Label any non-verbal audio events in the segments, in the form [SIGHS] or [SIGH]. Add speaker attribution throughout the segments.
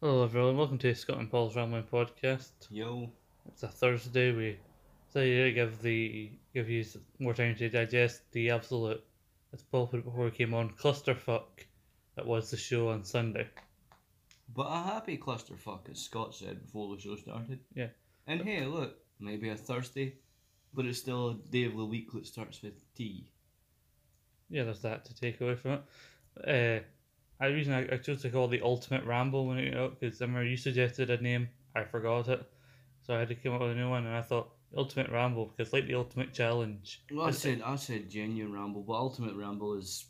Speaker 1: Hello, everyone. Welcome to Scott and Paul's Rambling Podcast.
Speaker 2: Yo,
Speaker 1: It's a Thursday. We say here to give the give you s- more time to digest the absolute, as Paul put it before we came on, clusterfuck that was the show on Sunday.
Speaker 2: but a happy clusterfuck, as Scott said before the show started.
Speaker 1: Yeah.
Speaker 2: And hey, look, maybe a Thursday, but it's still a day of the week that starts with T.
Speaker 1: Yeah, there's that to take away from it. Uh, I the reason I, I chose to call it the Ultimate Ramble when it came out because I remember you suggested a name, I forgot it, so I had to come up with a new one, and I thought Ultimate Ramble because like the Ultimate Challenge.
Speaker 2: Well, I
Speaker 1: It's-
Speaker 2: said I said genuine ramble, but ultimate ramble is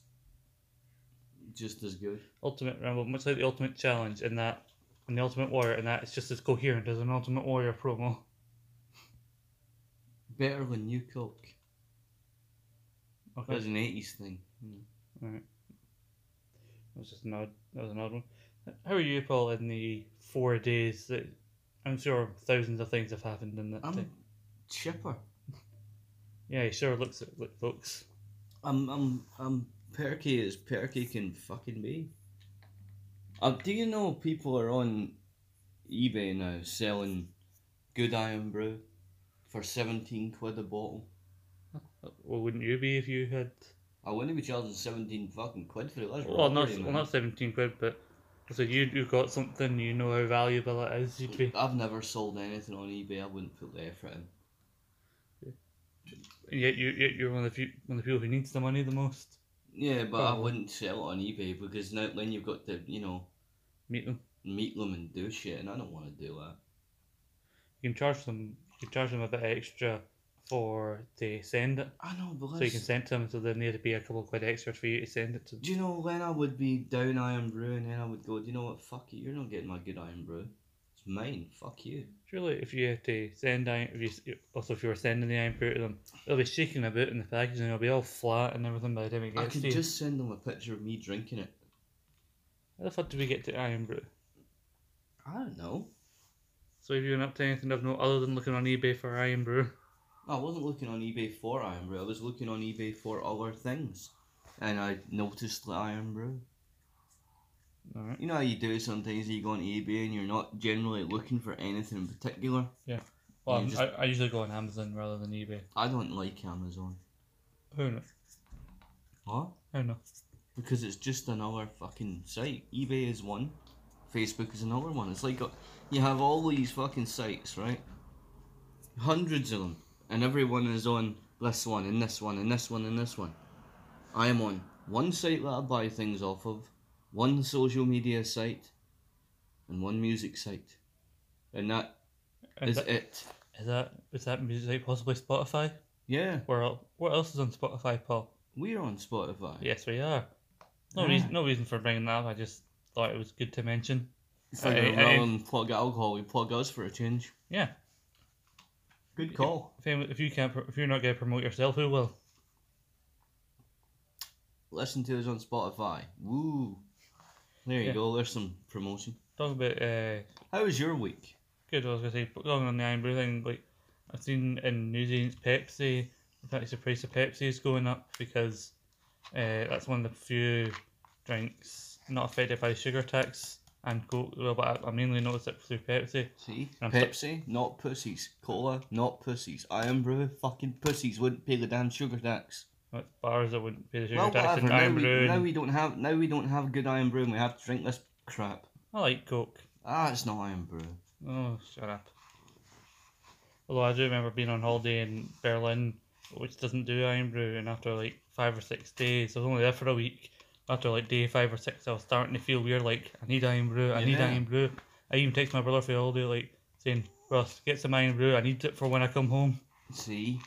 Speaker 2: just as good.
Speaker 1: Ultimate Rumble, much like the Ultimate Challenge, and that, and the Ultimate Warrior, and that it's just as coherent as an Ultimate Warrior promo.
Speaker 2: Better than New Coke. That was
Speaker 1: Okay,
Speaker 2: an eighties thing.
Speaker 1: that was just an odd, that was an odd one. How are you, Paul, in the four days that I'm sure thousands of things have happened in that
Speaker 2: I'm
Speaker 1: time?
Speaker 2: chipper.
Speaker 1: Yeah, he sure looks at like folks.
Speaker 2: I'm I'm I'm perky as perky can fucking be. Uh, do you know people are on eBay now selling good iron brew for seventeen quid a bottle?
Speaker 1: Well, wouldn't you be if you had?
Speaker 2: I wouldn't be charging seventeen fucking quid for it. That's
Speaker 1: Well, not
Speaker 2: robbery,
Speaker 1: well,
Speaker 2: man.
Speaker 1: not seventeen quid, but so you you got something, you know how valuable it is. You'd be.
Speaker 2: I've never sold anything on eBay. I wouldn't put the effort in.
Speaker 1: And yet you yet you're one of the few one of the people who needs the money the most.
Speaker 2: Yeah, but I
Speaker 1: Oh.
Speaker 2: wouldn't sell it on eBay because now then you've got to you know
Speaker 1: Meet them.
Speaker 2: meet them and do shit, and I don't want to do that.
Speaker 1: you can charge them you can charge them a bit extra for they send it
Speaker 2: I know, but
Speaker 1: so you
Speaker 2: let's-
Speaker 1: can send to them so they need to be a couple of quid extra for you to send it to them.
Speaker 2: Do you know when I would be down Iron Brew and then I would go, Do you know what? Fuck you, you're not getting my good Iron Brew. It's mine, fuck you.
Speaker 1: surely if you had to send iron if you s- also if you were sending the iron brew to them it'll be shaking a bit in the package and it'll be all flat and everything by the time it
Speaker 2: I
Speaker 1: gets
Speaker 2: could
Speaker 1: to you
Speaker 2: just send them a picture of me drinking it.
Speaker 1: how the fuck do we get to iron brew
Speaker 2: I don't know.
Speaker 1: so have you been up to anything of note other than looking on ebay for iron brew [LAUGHS]
Speaker 2: I wasn't looking on eBay for Iron Brew, I was looking on eBay for other things. And I noticed the Iron Brew.
Speaker 1: all right
Speaker 2: You know how you do sometimes you go on eBay and you're not generally looking for anything in particular?
Speaker 1: well
Speaker 2: You
Speaker 1: I'm-
Speaker 2: just-
Speaker 1: I, I usually go on amazon rather than ebay
Speaker 2: I don't like Amazon.
Speaker 1: who knows
Speaker 2: What?
Speaker 1: I don't know.
Speaker 2: because it's just another fucking site. eBay is one, Facebook is another one. It's like uh, you have all these fucking sites, right? Hundreds of them, and everyone is on this one and this one and this one and this one. I am on one site that I buy things off of, one social media site, and one music site, and that
Speaker 1: Is
Speaker 2: is
Speaker 1: that,
Speaker 2: it.
Speaker 1: is that is that music possibly Spotify?
Speaker 2: Yeah,
Speaker 1: Where el- what else is on Spotify, Paul?
Speaker 2: we're on Spotify.
Speaker 1: Yes, we are. No
Speaker 2: Ah.
Speaker 1: reason, no reason for bringing that up. I just thought it was good to mention.
Speaker 2: So rather
Speaker 1: I- I-
Speaker 2: than plug alcohol, we plug us for a change.
Speaker 1: Yeah,
Speaker 2: Good call.
Speaker 1: if, you- if you can't, pro- if you're not going to promote yourself, who will?
Speaker 2: listen to us on Spotify. Woo! There you
Speaker 1: Yeah.
Speaker 2: go. There's some promotion.
Speaker 1: Talk about uh,
Speaker 2: How was your week?
Speaker 1: good. I was gonna say going on the Iron Brew thing. Like I've seen in New Zealand's Pepsi, in fact, the price of Pepsi is going up because uh, that's one of the few drinks not affected by sugar tax and Coke. Well, but I, I mainly noticed it through Pepsi.
Speaker 2: See,
Speaker 1: I'm so-
Speaker 2: Pepsi, not pussies. Cola, not pussies. Iron Brew, fucking pussies wouldn't pay the damn sugar tax.
Speaker 1: That's bars that wouldn't pay the sugar
Speaker 2: Well,
Speaker 1: tax
Speaker 2: whatever.
Speaker 1: and
Speaker 2: Now
Speaker 1: Iron
Speaker 2: we,
Speaker 1: Brew.
Speaker 2: now
Speaker 1: and-
Speaker 2: we don't have now we don't have good Iron Brew, and we have to drink this crap.
Speaker 1: I like Coke.
Speaker 2: Ah, it's not Iron Brew.
Speaker 1: Oh, shut up. Although I do remember being on holiday in Berlin, which doesn't do Iron Brew, and after like five or six days, I was only there for a week. After like day five or six, I was starting to feel weird, like, I need Iron Brew, I need
Speaker 2: Yeah.
Speaker 1: Iron Brew. I even text my brother for the holiday, like, saying, Ross, get some Iron Brew, I need it for when I come home.
Speaker 2: See,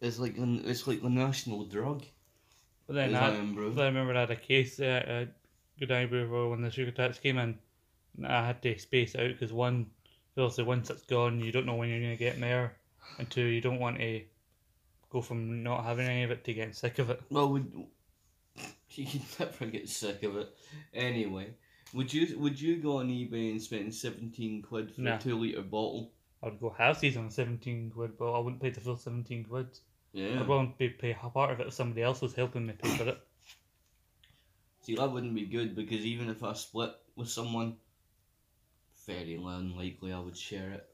Speaker 2: it's like the- it's like the national drug.
Speaker 1: But then
Speaker 2: is
Speaker 1: I,
Speaker 2: Iron Brew.
Speaker 1: But I remember I had a case uh, at Good Ivory Road when the sugar tax came in. And I had to space out because one, obviously, once it's gone, you don't know when you're going to get more. And two, you don't want to go from not having any of it to getting sick of it.
Speaker 2: Well, would [LAUGHS] you can never get sick of it. Anyway, would you would you go on eBay and spend seventeen quid for
Speaker 1: No.
Speaker 2: a two liter bottle?
Speaker 1: I would go half season on 17 quid, but I wouldn't pay the full 17 quid.
Speaker 2: Yeah.
Speaker 1: I'd want to pay part of it if somebody else was helping me pay for it.
Speaker 2: See, that wouldn't be good because even if I split with someone, very unlikely I would share it.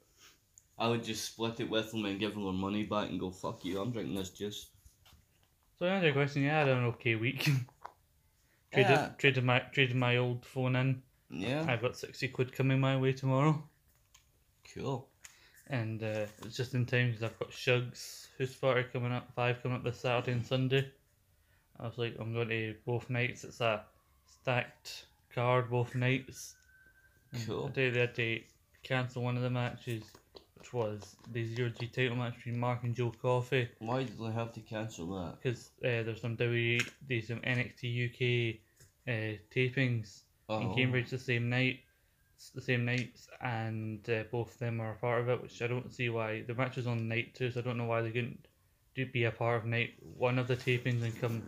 Speaker 2: I would just split it with them and give them their money back and go, fuck you, I'm drinking this juice.
Speaker 1: So another question. Yeah, I had an okay week. [LAUGHS] traded
Speaker 2: Yeah.
Speaker 1: traded my traded my old phone in.
Speaker 2: Yeah.
Speaker 1: I've got sixty quid coming my way tomorrow,
Speaker 2: Cool.
Speaker 1: and uh, it's just in time because I've got Shugs who's party coming up, five coming up this Saturday and Sunday. I was like, I'm going to both nights. It's a stacked card both nights. And
Speaker 2: Cool.
Speaker 1: I did they had to cancel one of the matches, which was the zero G title match between Mark and Joe Coffey.
Speaker 2: Why did they have to cancel that?
Speaker 1: because uh, there's some WWE, there's some NXT UK uh, tapings in
Speaker 2: Oh.
Speaker 1: Cambridge the same night, s- the same nights, and uh, both of them are a part of it. Which I don't see why the match is on night two, so I don't know why they couldn't do be a part of night one of the tapings and come.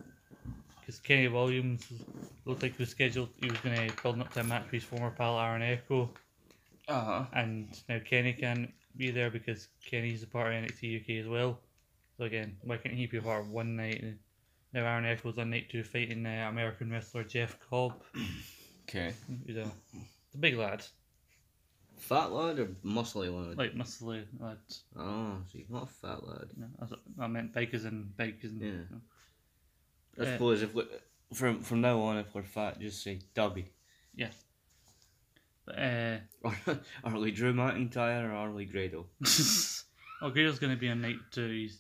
Speaker 1: Because Kenny Williams was- looked like he was scheduled, he was going to build up to a match with his former pal Aaron Echo,
Speaker 2: Uh huh.
Speaker 1: and now Kenny can't be there because Kenny's a part of NXT UK as well. So again, why can't he be a part of one night? And now Aaron Echo's on night two fighting uh, American wrestler Jeff Cobb,
Speaker 2: Okay.
Speaker 1: who's a, the big lad,
Speaker 2: Fat lad or muscly lad?
Speaker 1: like muscly lad.
Speaker 2: Oh, see, not a fat lad.
Speaker 1: No, I, was- I meant bikers and bikers and.
Speaker 2: Yeah. I
Speaker 1: Uh,
Speaker 2: suppose if we, from from now on, if we're fat, just say Dubby.
Speaker 1: But, uh, [LAUGHS]
Speaker 2: Or [LAUGHS] are we Drew McIntyre or are we Grado?
Speaker 1: oh, Grado's going to be on night two, he's,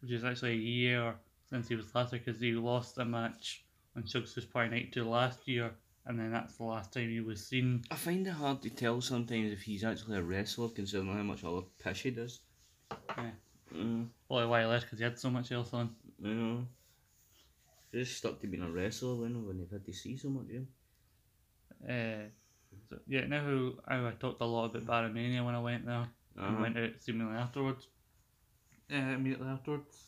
Speaker 1: which is actually a year since he was last there because he lost a match on Chugs was Party Night two last year, and then that's the last time he was seen.
Speaker 2: I find it hard to tell sometimes if he's actually a wrestler, considering how much other pish he does.
Speaker 1: Yeah.
Speaker 2: Mm,
Speaker 1: Probably why he left because he had so much else on.
Speaker 2: you know. Just stuck to being a wrestler when when they've had to see so much. Yeah.
Speaker 1: Uh, so, yeah, now how, how I talked a lot about Baromania when I went there and
Speaker 2: Uh-huh.
Speaker 1: went out seemingly afterwards. Uh, immediately afterwards.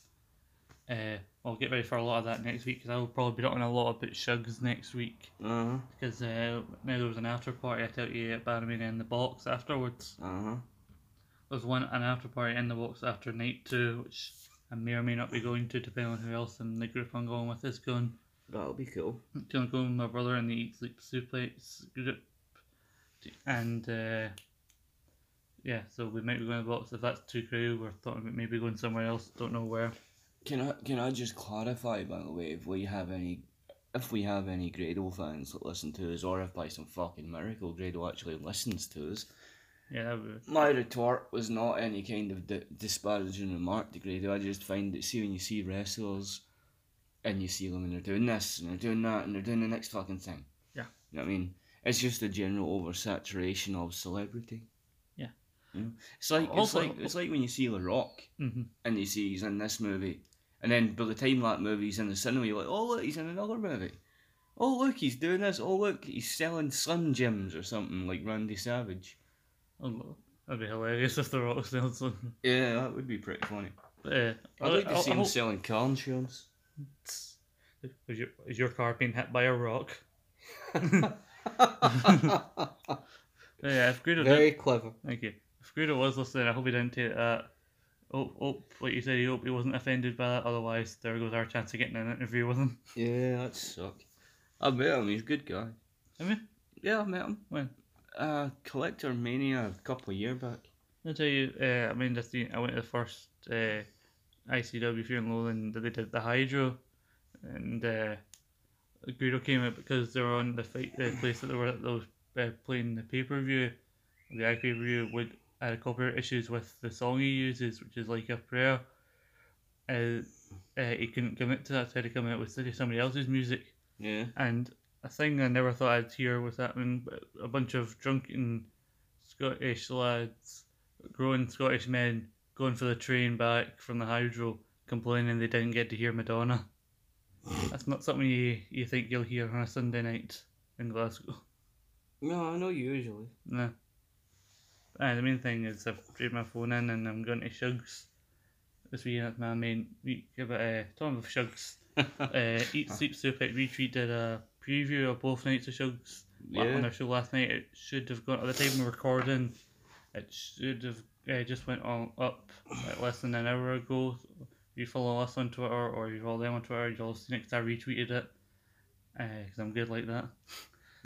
Speaker 1: Uh, I'll get ready for a lot of that next week because I will probably be talking a lot about Shugs next week
Speaker 2: Uh huh.
Speaker 1: because uh, now there was an after party I tell you at Baromania in the box afterwards.
Speaker 2: Uh huh.
Speaker 1: There's one an after party in the box after night two, which I may or may not be going to depending on who else in the group I'm going with is going.
Speaker 2: That'll be cool.
Speaker 1: gonna go with my brother in the Eat Sleep Suplex group, and uh, yeah, so we might be going to the box. If that's too crowded, we're thought about maybe going somewhere else. Don't know where.
Speaker 2: Can I can I just clarify by the way if we have any if we have any Grado fans that listen to us or if by some fucking miracle Grado actually listens to us.
Speaker 1: Yeah, that would,
Speaker 2: My retort was not any kind of di- disparaging remark to Grado. I just find that see when you see wrestlers and you see them and they're doing this and they're doing that and they're doing the next fucking thing.
Speaker 1: Yeah.
Speaker 2: You know what I mean? It's just a general oversaturation of celebrity.
Speaker 1: Yeah.
Speaker 2: You know? It's like it's
Speaker 1: Also-
Speaker 2: like it's like when you see The Rock
Speaker 1: hmm
Speaker 2: and you see he's in this movie. And then by the time that movie's in the cinema, you're like, oh, look, he's in another movie. Oh, look, he's doing this. Oh, look, he's selling Slim Jims or something like Randy Savage.
Speaker 1: that'd be hilarious [LAUGHS] if the Rock sells some.
Speaker 2: Yeah, that would be pretty funny.
Speaker 1: But, uh,
Speaker 2: I'd like
Speaker 1: I-
Speaker 2: to
Speaker 1: I-
Speaker 2: see
Speaker 1: I
Speaker 2: him
Speaker 1: hope-
Speaker 2: selling car insurance.
Speaker 1: Is your, is your car being hit by a rock? But yeah, if Grado did,
Speaker 2: [LAUGHS] Very clever.
Speaker 1: thank you. If Grado was listening, I hope he didn't take that. Oh, oh, like you said, he hope he wasn't offended by that. Otherwise, there goes our chance of getting an interview with him. [LAUGHS]
Speaker 2: Yeah, that sucked. I met him, he's a good guy.
Speaker 1: Have you?
Speaker 2: Yeah, I met him.
Speaker 1: When?
Speaker 2: Uh, Collector Mania a couple of year back.
Speaker 1: I'll tell you, uh, I mean, that's the, I went to the first uh, ICW here in Lowland that they did the Hydro, and uh, Guido came out because they were on the fight, the place that they were at, that was uh, playing the pay per view. The pay per view would had copyright issues with the song he uses, which is like a prayer. Uh, uh, he couldn't commit to that, so he had to come out with somebody else's music.
Speaker 2: Yeah.
Speaker 1: And a thing I never thought I'd hear was happening, but a bunch of drunken Scottish lads, grown Scottish men, going for the train back from the hydro, complaining they didn't get to hear Madonna. That's not something you, you think you'll hear on a Sunday night in Glasgow. [LAUGHS]
Speaker 2: No, not usually. [LAUGHS]
Speaker 1: No. Uh, the main thing is I've traded my phone in and I'm going to Shugs this week. That's my main week. But uh, talking of Shugs, uh, Eat Sleep Suplex Retreat did a preview of both nights of Shugs yeah. on
Speaker 2: yeah.
Speaker 1: their show last night. It should have gone at the time we were recording. It should have uh, just went on up like, less than an hour ago. If you follow us on Twitter or you follow them on Twitter, you'll see next I retweeted it. because I'm good like that.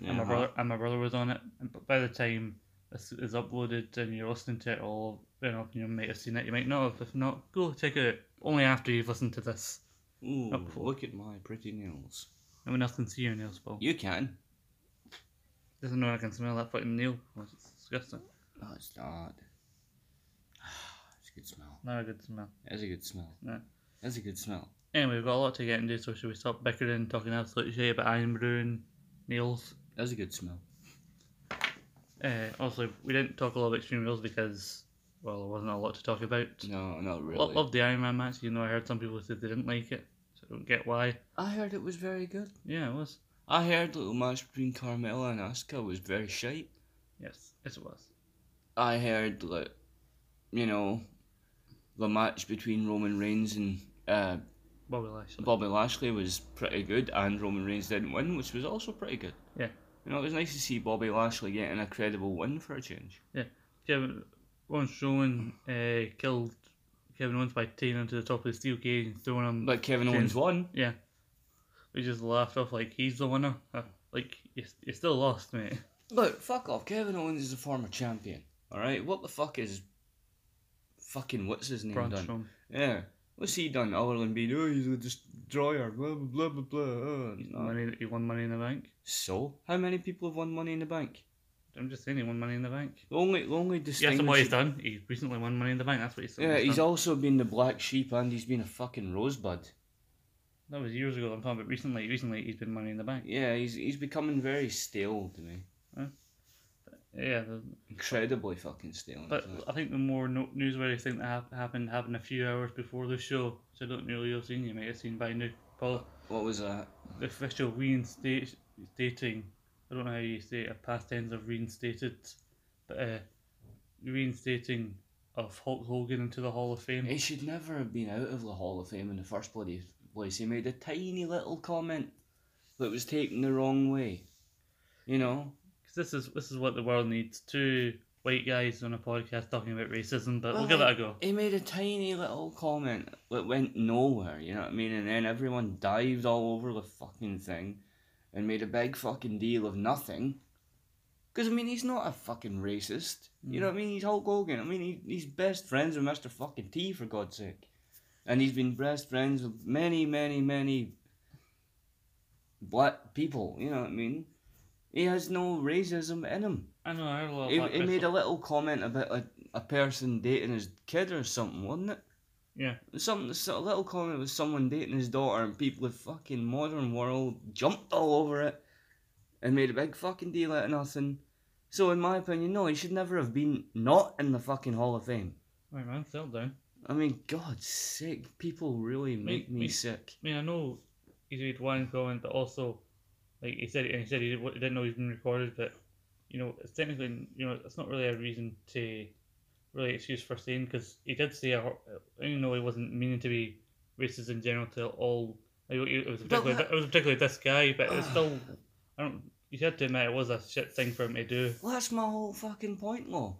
Speaker 2: Yeah,
Speaker 1: and my
Speaker 2: huh?
Speaker 1: brother and my brother was on it. And b- by the time this is uploaded and you're listening to it, or you know, you might have seen it, you might not. have. If not, go check it. out. Only after you've listened to this,
Speaker 2: Ooh,
Speaker 1: Up for-
Speaker 2: look at my pretty nails.
Speaker 1: no one else can see your nails, Paul.
Speaker 2: You can.
Speaker 1: Doesn't know I can smell that fucking nail. Oh, It's disgusting.
Speaker 2: No, it's [SIGHS] not. It's a good smell.
Speaker 1: Not a good smell.
Speaker 2: That's a good smell.
Speaker 1: Yeah.
Speaker 2: That's a good smell.
Speaker 1: Anyway, we've got a lot to get into, so should we stop bickering, talking absolute shit about iron brewing nails?
Speaker 2: That's a good smell.
Speaker 1: Uh, also, we didn't talk a lot about Extreme Rules because, well, there wasn't a lot to talk about.
Speaker 2: No,
Speaker 1: Lo-
Speaker 2: not really.
Speaker 1: Love the Iron Man match, even though I heard some people said they didn't like it, so I don't get why.
Speaker 2: I heard it was very good.
Speaker 1: Yeah, it was.
Speaker 2: I heard little match between Carmella and Asuka was very shite.
Speaker 1: Yes, yes, it was.
Speaker 2: I heard that, you know, the match between Roman Reigns and uh,
Speaker 1: Bobby Lashley.
Speaker 2: Bobby Lashley was pretty good, and Roman Reigns didn't win, which was also pretty good.
Speaker 1: Yeah.
Speaker 2: You know, it was nice to see Bobby Lashley getting a credible win for a change.
Speaker 1: Kevin Ron Strowman uh, killed Kevin Owens by tying him to the top of the steel cage and throwing him.
Speaker 2: But Kevin Owens won.
Speaker 1: we just laughed off like he's the winner. Uh, like you, you still lost, mate.
Speaker 2: Look, fuck off. Kevin Owens is a former champion. All right, what the fuck is fucking what's his name
Speaker 1: Braun
Speaker 2: done?
Speaker 1: Strowman.
Speaker 2: Yeah, what's he done other than being oh he's a destroyer, blah blah blah blah uh, blah.
Speaker 1: He's
Speaker 2: No.
Speaker 1: money. He won Money in the Bank.
Speaker 2: So, how many people have won Money in the Bank?
Speaker 1: I'm just saying he won Money in the Bank.
Speaker 2: The only, the only
Speaker 1: You ask him
Speaker 2: distinction.
Speaker 1: what he's done. He's recently won Money in the Bank. That's what he's
Speaker 2: Yeah,
Speaker 1: he's
Speaker 2: he's
Speaker 1: done.
Speaker 2: also been the black sheep and he's been a fucking rosebud.
Speaker 1: That was years ago. I'm talking about recently. Recently, he's been Money in the Bank.
Speaker 2: Yeah, he's he's becoming very stale to me.
Speaker 1: Yeah, the-
Speaker 2: Incredibly fucking stale. in
Speaker 1: but
Speaker 2: fact.
Speaker 1: I think the more no- newsworthy thing that hap- happened happened a few hours before the show. So I don't know you've seen. You might have seen by now. Paul,
Speaker 2: what was that?
Speaker 1: the official reinstating. I don't know how you say it, a past tense of reinstated, but uh, reinstating of Hulk Hogan into the Hall of Fame.
Speaker 2: He should never have been out of the Hall of Fame in the first bloody place. He made a tiny little comment that was taken the wrong way. You know?
Speaker 1: 'Cause this is this is what the world needs: two white guys on a podcast talking about racism. But we'll
Speaker 2: Well,
Speaker 1: give that a go.
Speaker 2: He made a tiny little comment that went nowhere, you know what I mean? And then everyone dived all over the fucking thing and made a big fucking deal of nothing. Because, I mean, he's not a fucking racist. You know what I mean? He's Hulk Hogan. I mean, he, he's best friends with Mr. fucking T, for God's sake. And he's been best friends with many, many, many black people, you know what I mean? He has no racism in him.
Speaker 1: I know I heard a lot.
Speaker 2: He,
Speaker 1: about
Speaker 2: he
Speaker 1: this.
Speaker 2: made a little comment about a, a person dating his kid or something, wasn't it?
Speaker 1: Yeah.
Speaker 2: Some so- a little comment with someone dating his daughter, and people in fucking modern world jumped all over it and made a big fucking deal out of nothing. So, in my opinion, no, he should never have been not in the fucking Hall of Fame.
Speaker 1: Right, man, settle down.
Speaker 2: I mean, God's sake, people really make me
Speaker 1: me-
Speaker 2: sick.
Speaker 1: I mean, I know he's made one comment, but also, like he said, and he said he didn't didn't know he's been recorded, but you know, it's technically, you know, it's not really a reason to really excuse for saying because he did say, a, you know, he wasn't meaning to be racist in general to all. Like, it was particularly,
Speaker 2: that-
Speaker 1: it was particularly this guy, but
Speaker 2: [SIGHS]
Speaker 1: it's still, I don't. You had to admit it was a shit thing for him to do.
Speaker 2: Well, that's my whole fucking point, though.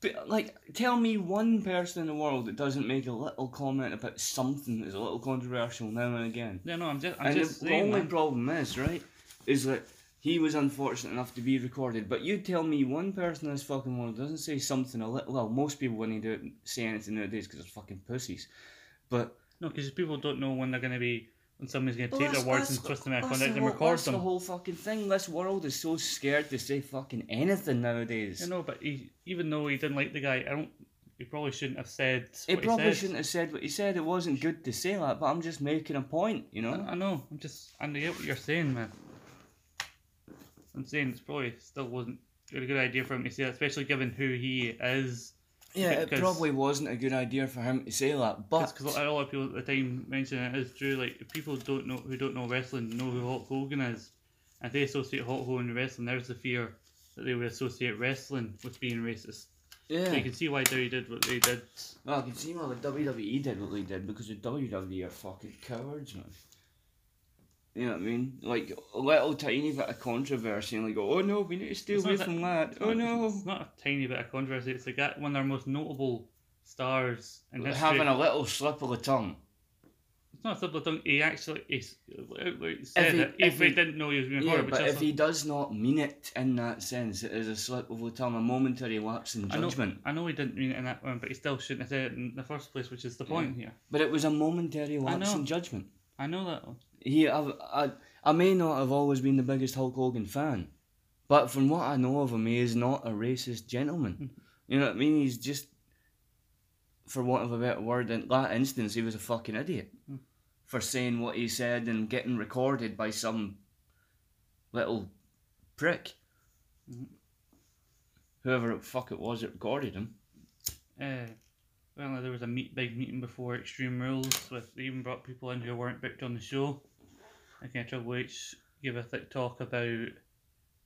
Speaker 2: But, like, tell me one person in the world that doesn't make a little comment about something that's a little controversial now and again.
Speaker 1: No, no, I'm just, I'm
Speaker 2: And
Speaker 1: just
Speaker 2: the
Speaker 1: saying,
Speaker 2: only
Speaker 1: man.
Speaker 2: problem is, right, is that he was unfortunate enough to be recorded. But you tell me one person in this fucking world doesn't say something a little. Well, most people when they do it, say anything nowadays because they're fucking pussies. But
Speaker 1: no, because people don't know when they're going to be when somebody's going to take their words and twist them out of context and record
Speaker 2: that's the
Speaker 1: them.
Speaker 2: whole fucking thing. This world is so scared to say fucking anything nowadays.
Speaker 1: I know, but he, even though he didn't like the guy, I don't. He probably shouldn't have said.
Speaker 2: He
Speaker 1: what
Speaker 2: probably
Speaker 1: he said.
Speaker 2: shouldn't have said what he said. It wasn't good to say that, but I'm just making a point, you know.
Speaker 1: I, I know. I'm just. I get what you're saying, man. I'm saying it's probably still wasn't a good idea for him to say that, especially given who he is.
Speaker 2: yeah, it
Speaker 1: because-
Speaker 2: probably wasn't a good idea for him to say that, but
Speaker 1: Because a lot of people at the time mentioned it is true. Like if people don't know who don't know wrestling know who Hulk Hogan is, and they associate Hulk Hogan with wrestling. There's the fear that they would associate wrestling with being racist. So you
Speaker 2: yeah,
Speaker 1: can see why they did what they did.
Speaker 2: well, I can see why the WWE did what they did because the WWE are fucking cowards, man. You know what I mean? Like a little tiny bit of controversy, and they go, "Oh no, we need to stay
Speaker 1: It's
Speaker 2: away
Speaker 1: not
Speaker 2: from that." Oh
Speaker 1: It's
Speaker 2: no,
Speaker 1: not a tiny bit of controversy. It's like that one of their most notable stars in history.
Speaker 2: having a little slip of the tongue.
Speaker 1: It's not a sub dunk. He actually he's, he said
Speaker 2: he-
Speaker 1: it, even
Speaker 2: if
Speaker 1: if he,
Speaker 2: he-
Speaker 1: didn't know he was being
Speaker 2: Yeah,
Speaker 1: recorded. which
Speaker 2: but
Speaker 1: is
Speaker 2: if he does not mean it in that sense, it is a slip of the tongue, a momentary lapse in
Speaker 1: I know,
Speaker 2: judgment.
Speaker 1: I know he didn't mean it in that one, but he still shouldn't have said it in the first place, which is the point here.
Speaker 2: But it was a momentary lapse
Speaker 1: know.
Speaker 2: in judgment.
Speaker 1: I know that one.
Speaker 2: He, I, I, I may not have always been the biggest Hulk Hogan fan, but from what I know of him, he is not a racist
Speaker 1: Hmm.
Speaker 2: gentleman. You know what I mean? He's just, for want of a better word, in that instance, he was a fucking idiot
Speaker 1: Hmm.
Speaker 2: for saying what he said and getting recorded by some little prick.
Speaker 1: Hmm.
Speaker 2: Whoever the fuck it was that recorded him.
Speaker 1: Uh, well, there was a meet, big meeting before Extreme Rules with they even brought people in who weren't booked on the show. Again, Triple H gave a thick talk about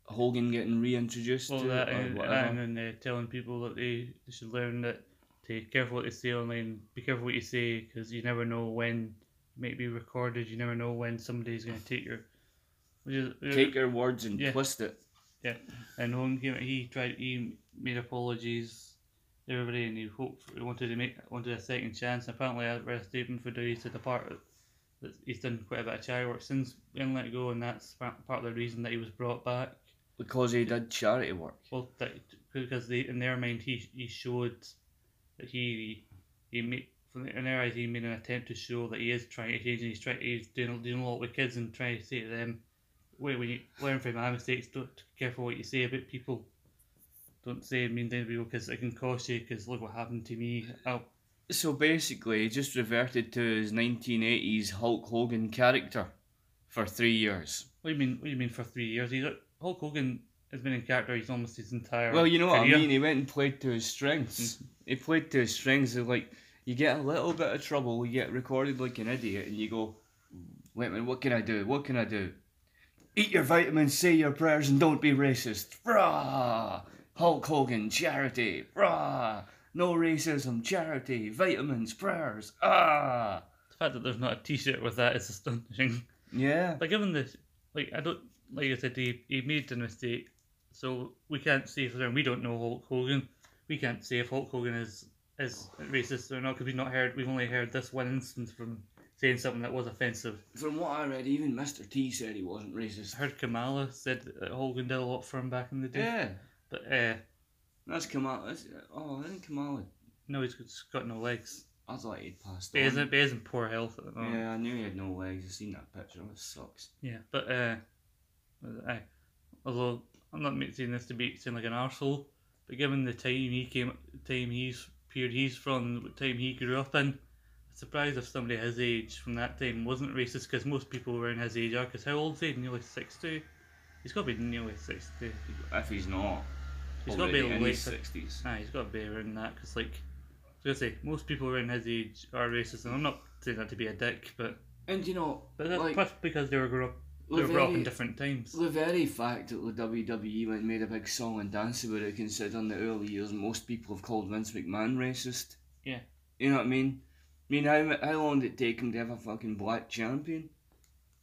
Speaker 2: Hogan getting reintroduced
Speaker 1: well
Speaker 2: to
Speaker 1: that
Speaker 2: it or
Speaker 1: and,
Speaker 2: whatever.
Speaker 1: and then uh, telling people that they, they should learn that to be careful what they say online, be careful what you say because you never know when it might be recorded. You never know when somebody's going to take your. Which is,
Speaker 2: Take your words and
Speaker 1: Yeah.
Speaker 2: twist it.
Speaker 1: Yeah, and Owen came. He tried. He made apologies, to everybody, and he hoped he wanted to make wanted a second chance. apparently, uh, I read a statement for Dewey said the part that he's done quite a bit of charity work since being let go, and that's part part of the reason that he was brought back.
Speaker 2: Because he did charity work.
Speaker 1: Well, that, because they in their mind he he showed that he he made from in their eyes he made an attempt to show that he is trying to change and he's trying he's doing doing a lot with kids and trying to say to them, wait, when you learn from my mistakes, don't be careful what you say about people. Don't say mean things to people because it can cost you. Because look what happened to me. Oh,
Speaker 2: So basically, he just reverted to his 1980s Hulk Hogan character for three years.
Speaker 1: what do you mean? What do you mean for three years? He's Hulk Hogan has been in character. He's almost his entire.
Speaker 2: Well, you know what I
Speaker 1: career.
Speaker 2: mean? He went and played to his strengths. He played to his strengths. And like, you get a little bit of trouble, you get recorded like an idiot, and you go, wait a minute, what can I do? What can I do? Eat your vitamins, say your prayers, and don't be racist. Rah! Hulk Hogan, charity. Rah! No racism, charity, vitamins, prayers. Ah!
Speaker 1: The fact that there's not a T-shirt with that is astonishing.
Speaker 2: Yeah.
Speaker 1: Like given this, like I don't like I said, he, he made the mistake, so we can't say for certain. We don't know Hulk Hogan. We can't say if Hulk Hogan is is racist or not because we've not heard. We've only heard this one instance from saying something that was offensive.
Speaker 2: From what I read, even Mr. T said he wasn't racist.
Speaker 1: I heard Kamala said that Hogan did a lot for him back in the day,
Speaker 2: Yeah,
Speaker 1: but uh,
Speaker 2: that's Kamala. That's, oh, isn't Kamala?
Speaker 1: no, he's just got no legs.
Speaker 2: I thought he'd passed
Speaker 1: But
Speaker 2: on.
Speaker 1: he's, in, but he's in poor health at the moment.
Speaker 2: Yeah, I knew he had no legs. I seen that picture. That sucks.
Speaker 1: Yeah, but uh, I, although I'm not ma- saying this to be sound like an arsehole, but given the time he came, time he's period he's from, the time he grew up in, I'm surprised if somebody his age from that time wasn't racist because most people around his age are. Because how old is he? Nearly sixty. He's got to be nearly sixty.
Speaker 2: If he's not,
Speaker 1: He's got to
Speaker 2: already
Speaker 1: be
Speaker 2: in
Speaker 1: late.
Speaker 2: his sixties.
Speaker 1: Nah, he's got to be around that because like. I was gonna say most people around his age are racist, and I'm not saying that to be a dick, but
Speaker 2: And you know,
Speaker 1: but that's
Speaker 2: like
Speaker 1: plus because they were grew up, they were brought up in
Speaker 2: Laveri-
Speaker 1: different times.
Speaker 2: the very fact that the WWE went and made a big song and dance about it, considering the early years, most people have called Vince McMahon racist.
Speaker 1: Yeah.
Speaker 2: You know what I mean? I mean, how, how long did it take him to have a fucking black champion?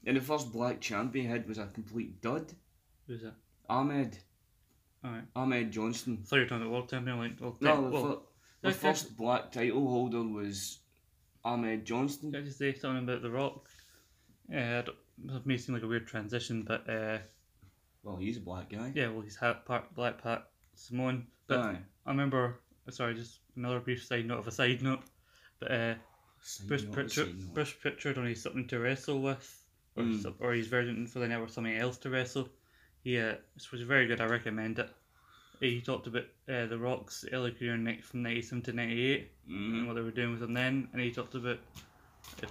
Speaker 2: And the first black champion he had was a complete dud.
Speaker 1: Who's that?
Speaker 2: Ahmed.
Speaker 1: Alright.
Speaker 2: Ahmed Johnston.
Speaker 1: thought you were talking about world champion. Like, well,
Speaker 2: No, the,
Speaker 1: well,
Speaker 2: fir- the
Speaker 1: okay.
Speaker 2: first black title holder was Ahmed Johnston.
Speaker 1: Can I just say something about The Rock? Yeah, I don't- that may seem like a weird transition, but uh,
Speaker 2: Well, he's a black guy.
Speaker 1: yeah, well, he's hat part black Pat Simone. But
Speaker 2: Aye.
Speaker 1: I remember, uh, sorry, just another brief side note of a side note. But uh,
Speaker 2: Say
Speaker 1: Bruce
Speaker 2: not,
Speaker 1: Pritchard,
Speaker 2: say not.
Speaker 1: Bruce Pritchard, when he's something to wrestle with, or
Speaker 2: Mm.
Speaker 1: some- or he's version for the network something else to wrestle. He uh, this was very good. I recommend it. He talked about uh, the Rock's early career in ni- from ninety seven to ninety eight. and
Speaker 2: Mhm.
Speaker 1: what they were doing with him then, and he talked about if,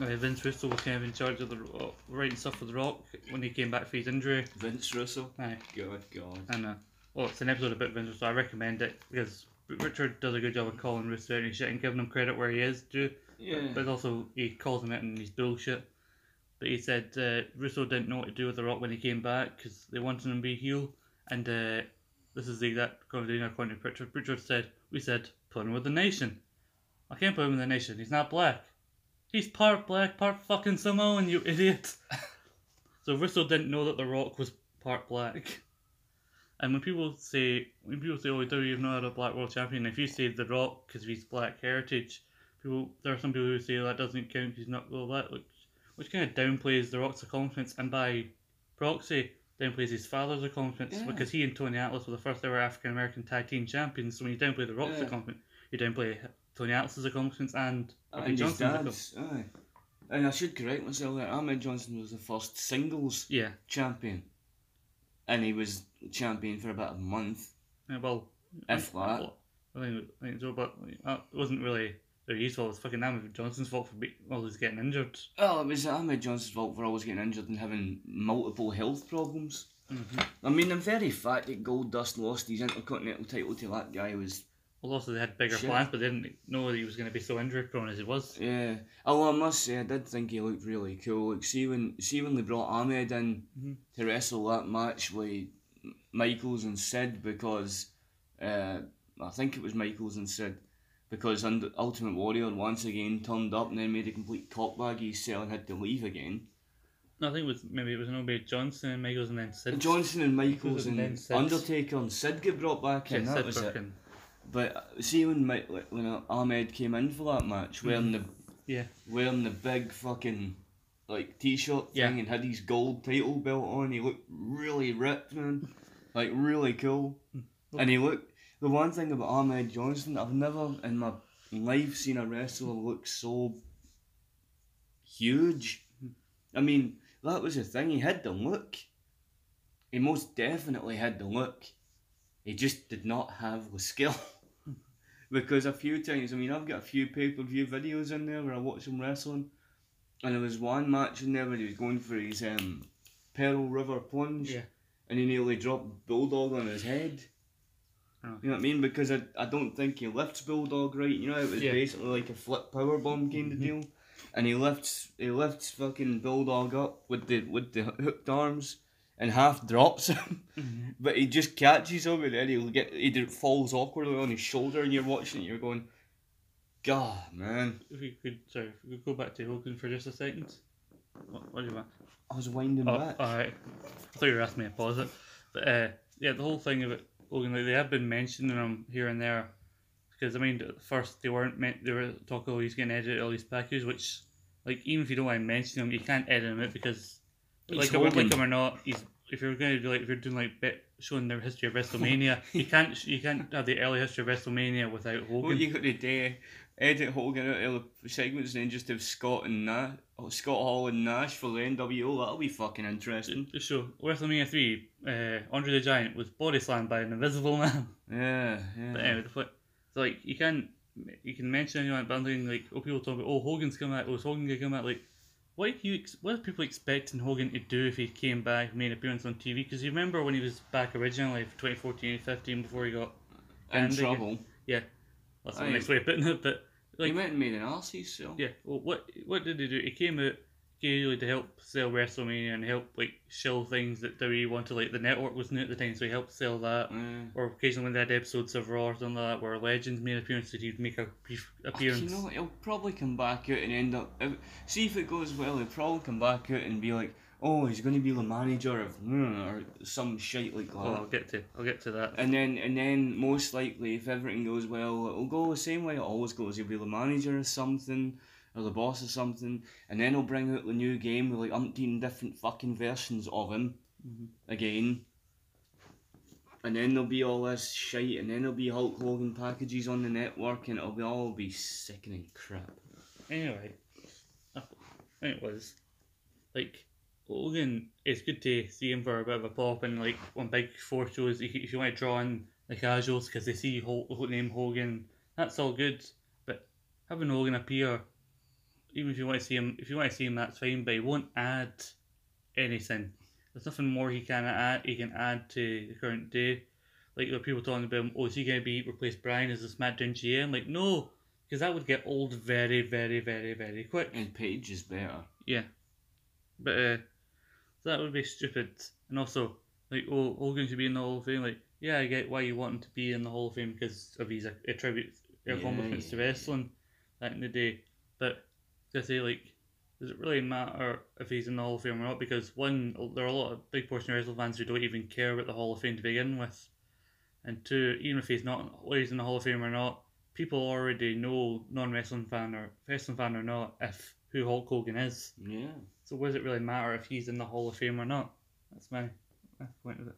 Speaker 1: uh, Vince Russo was kind of in charge of the ro- uh, writing stuff for The Rock when he came back for his injury.
Speaker 2: Vince Russell.
Speaker 1: Aye,
Speaker 2: Good God.
Speaker 1: and uh, well, it's an episode about Vince Russo. I recommend it because Richard does a good job of calling Russo out and shit and giving him credit where he is due.
Speaker 2: Yeah.
Speaker 1: But also, he calls him out and he's bullshit. But he said uh, Russo didn't know what to do with The Rock when he came back because they wanted him to be heel. And uh, this is the exact conversation according to Pritchard. Pritchard said, We said, put him with the nation. I can't put him with the nation. He's not black. He's part black, part fucking Samoan, you idiot. so Russo didn't know that The Rock was part
Speaker 2: [LAUGHS]
Speaker 1: black. And when people say, when people say, oh, do you know how a black world champion? If you say The Rock because of his black heritage, people, there are some people who say "Oh, that doesn't count because he's not well lit, which, which kind of downplays the Rock's accomplishments and by proxy downplays his father's accomplishments
Speaker 2: Yeah.
Speaker 1: because he and Tony Atlas were the first ever African American tag team champions. So when you downplay the Rock's
Speaker 2: Yeah.
Speaker 1: accomplishment, you downplay Tony Atlas's accomplishments and Ahmed
Speaker 2: and his
Speaker 1: Johnson's accomplishments.
Speaker 2: dad's. Aye. And I should correct myself there. Ahmed Johnson was the first singles
Speaker 1: Yeah.
Speaker 2: champion, and he was champion for about a month.
Speaker 1: Yeah, well,
Speaker 2: If
Speaker 1: I, I
Speaker 2: that.
Speaker 1: think, I think so, but like, that wasn't really their his fault. It was fucking Ahmed Johnson's fault for be- well, he's getting injured.
Speaker 2: Oh, it was Ahmed Johnson's fault for always getting injured and having multiple health problems. I mean, the very fact that Gold Dust lost his Intercontinental title to that guy was
Speaker 1: Well, also they had bigger
Speaker 2: Shit.
Speaker 1: plans, but they didn't know that he was going to be so injury prone as he was.
Speaker 2: Yeah. Although I must say, I did think he looked really cool. Like, see when see when they brought Ahmed in
Speaker 1: Mhm.
Speaker 2: to wrestle that match with Michaels and Sid because uh, I think it was Michaels and Sid because Und- Ultimate Warrior once again turned up and then made a complete cockbag himself and had to leave again.
Speaker 1: No, I think it was maybe it was nobody Johnson and Michaels and then Sid.
Speaker 2: Johnson and Michaels
Speaker 1: Michaels and then
Speaker 2: and
Speaker 1: Sid.
Speaker 2: Undertaker and Sid get brought back
Speaker 1: Yeah,
Speaker 2: in. That
Speaker 1: Sid
Speaker 2: was it.
Speaker 1: Birkin.
Speaker 2: But uh, see when Mi- like, when uh, Ahmed came in for that match
Speaker 1: Mm-hmm.
Speaker 2: wearing the
Speaker 1: Yeah.
Speaker 2: wearing the big fucking like t-shirt
Speaker 1: Yeah.
Speaker 2: thing and had his gold title belt on. He looked really ripped, man. Like really cool. And he looked the one thing about Ahmed Johnson, I've never in my life seen a wrestler look so huge. I mean, that was the thing. He had the look. He most definitely had the look. He just did not have the skill. [LAUGHS] because a few times, I mean, I've got a few pay per view videos in there where I watch him wrestling, and there was one match in there where he was going for his um, Pearl River plunge,
Speaker 1: Yeah.
Speaker 2: and he nearly dropped Bulldog on his head.
Speaker 1: Oh.
Speaker 2: You know what I mean? Because I, I don't think he lifts Bulldog right. You know, it was
Speaker 1: Yeah. Mm-hmm.
Speaker 2: basically like a flip power bomb kind of deal, and he lifts he lifts fucking Bulldog up with the with the hooked arms and half drops [LAUGHS] him. But he just catches him and then he'll get he d- falls awkwardly on his shoulder and you're watching it, you're going, God man.
Speaker 1: If we could, sorry, if we could go back to Hogan for just a second. What, what do you want?
Speaker 2: I was winding
Speaker 1: Oh,
Speaker 2: back.
Speaker 1: all right. I thought you were asking me to pause it. But uh, yeah, the whole thing of it, Logan, like, they have been mentioning him here and there. Because, I mean, at first they weren't meant, they were talking, oh, he's getting edited all these packages, which, like, even if you don't want to mention him, you can't edit him out because,
Speaker 2: He's
Speaker 1: like, I would like
Speaker 2: Hogan.
Speaker 1: him or not, he's. If you're going to do like, if you're doing like bit showing the history of
Speaker 2: [LAUGHS]
Speaker 1: WrestleMania, you can't you can't have the early history of WrestleMania without Hogan.
Speaker 2: what you gotta do, edit Hogan out of the segments and then just have Scott and Nash oh, Scott Hall and Nash for the NWO, that'll be fucking interesting.
Speaker 1: The show WrestleMania three, uh, Andre the Giant was body slammed by an invisible man.
Speaker 2: Yeah, yeah.
Speaker 1: But anyway, the flip. So like you can you can mention anyone, but I'm thinking like oh people talk about oh Hogan's coming out, oh is Hogan gonna come out? Like what do you ex- what are people expecting Hogan to do if he came back made an appearance on TV? Because you remember when he was back originally for 2014, 15 before he got
Speaker 2: In
Speaker 1: Andy-
Speaker 2: trouble.
Speaker 1: that's the
Speaker 2: Aye.
Speaker 1: next way of putting it, but
Speaker 2: he
Speaker 1: like-
Speaker 2: went and made an arse himself.
Speaker 1: yeah, well, what what did he do? He came out clearly to help sell WrestleMania and help like show things that WWE wanted. Like the network was new at the time, so he helped sell that.
Speaker 2: Yeah.
Speaker 1: Or occasionally when they had episodes of Raw or something like that where legends made appearances, he'd make a brief appearance.
Speaker 2: Oh, You know, what, he'll probably come back out and end up. If, see if it goes well, he'll probably come back out and be like, oh, he's going to be the manager of. hmm, Or some shit like that.
Speaker 1: Oh, I'll get to I'll get to that.
Speaker 2: And then, and then, most likely, if everything goes well, it'll go the same way it always goes. He'll be the manager of something, or the boss of something, and then he'll bring out the new game with like umpteen different fucking versions of him
Speaker 1: Mhm.
Speaker 2: again. And then there'll be all this shite, and then there'll be Hulk Hogan packages on the network, and it'll be all be sickening crap.
Speaker 1: Anyway, that's what it was like Logan. It's good to see him for a bit of a pop and like on big four shows. If you- if you want to draw in the casuals because they see Hol- the name Hogan, that's all good. But having Hogan appear, even if you want to see him, if you want to see him, that's fine. But he won't add anything. There's nothing more he can add. He can add to the current day. Like there are people talking about, him, oh, is he going to be replaced Brian as the SmackDown GM? Like no, because that would get old very, very, very, very quick.
Speaker 2: And Page is better.
Speaker 1: Yeah. But uh, that would be stupid. And also, like, oh, Hogan should be in the Hall of Fame. Like, yeah, I get why you want him to be in the Hall of Fame because of his attributes,
Speaker 2: Yeah,
Speaker 1: accomplishments to
Speaker 2: yeah, yeah.
Speaker 1: wrestling back in the day. But to say, like, does it really matter if he's in the Hall of Fame or not? Because, one, there are a lot of big portion of wrestling fans who don't even care about the Hall of Fame to begin with. And two, even if he's not, whether he's in the Hall of Fame or not, people already know non wrestling fan or wrestling fan or not if who Hulk Hogan is.
Speaker 2: Yeah.
Speaker 1: So what does it really matter if he's in the Hall of Fame or not? That's my, my point of it.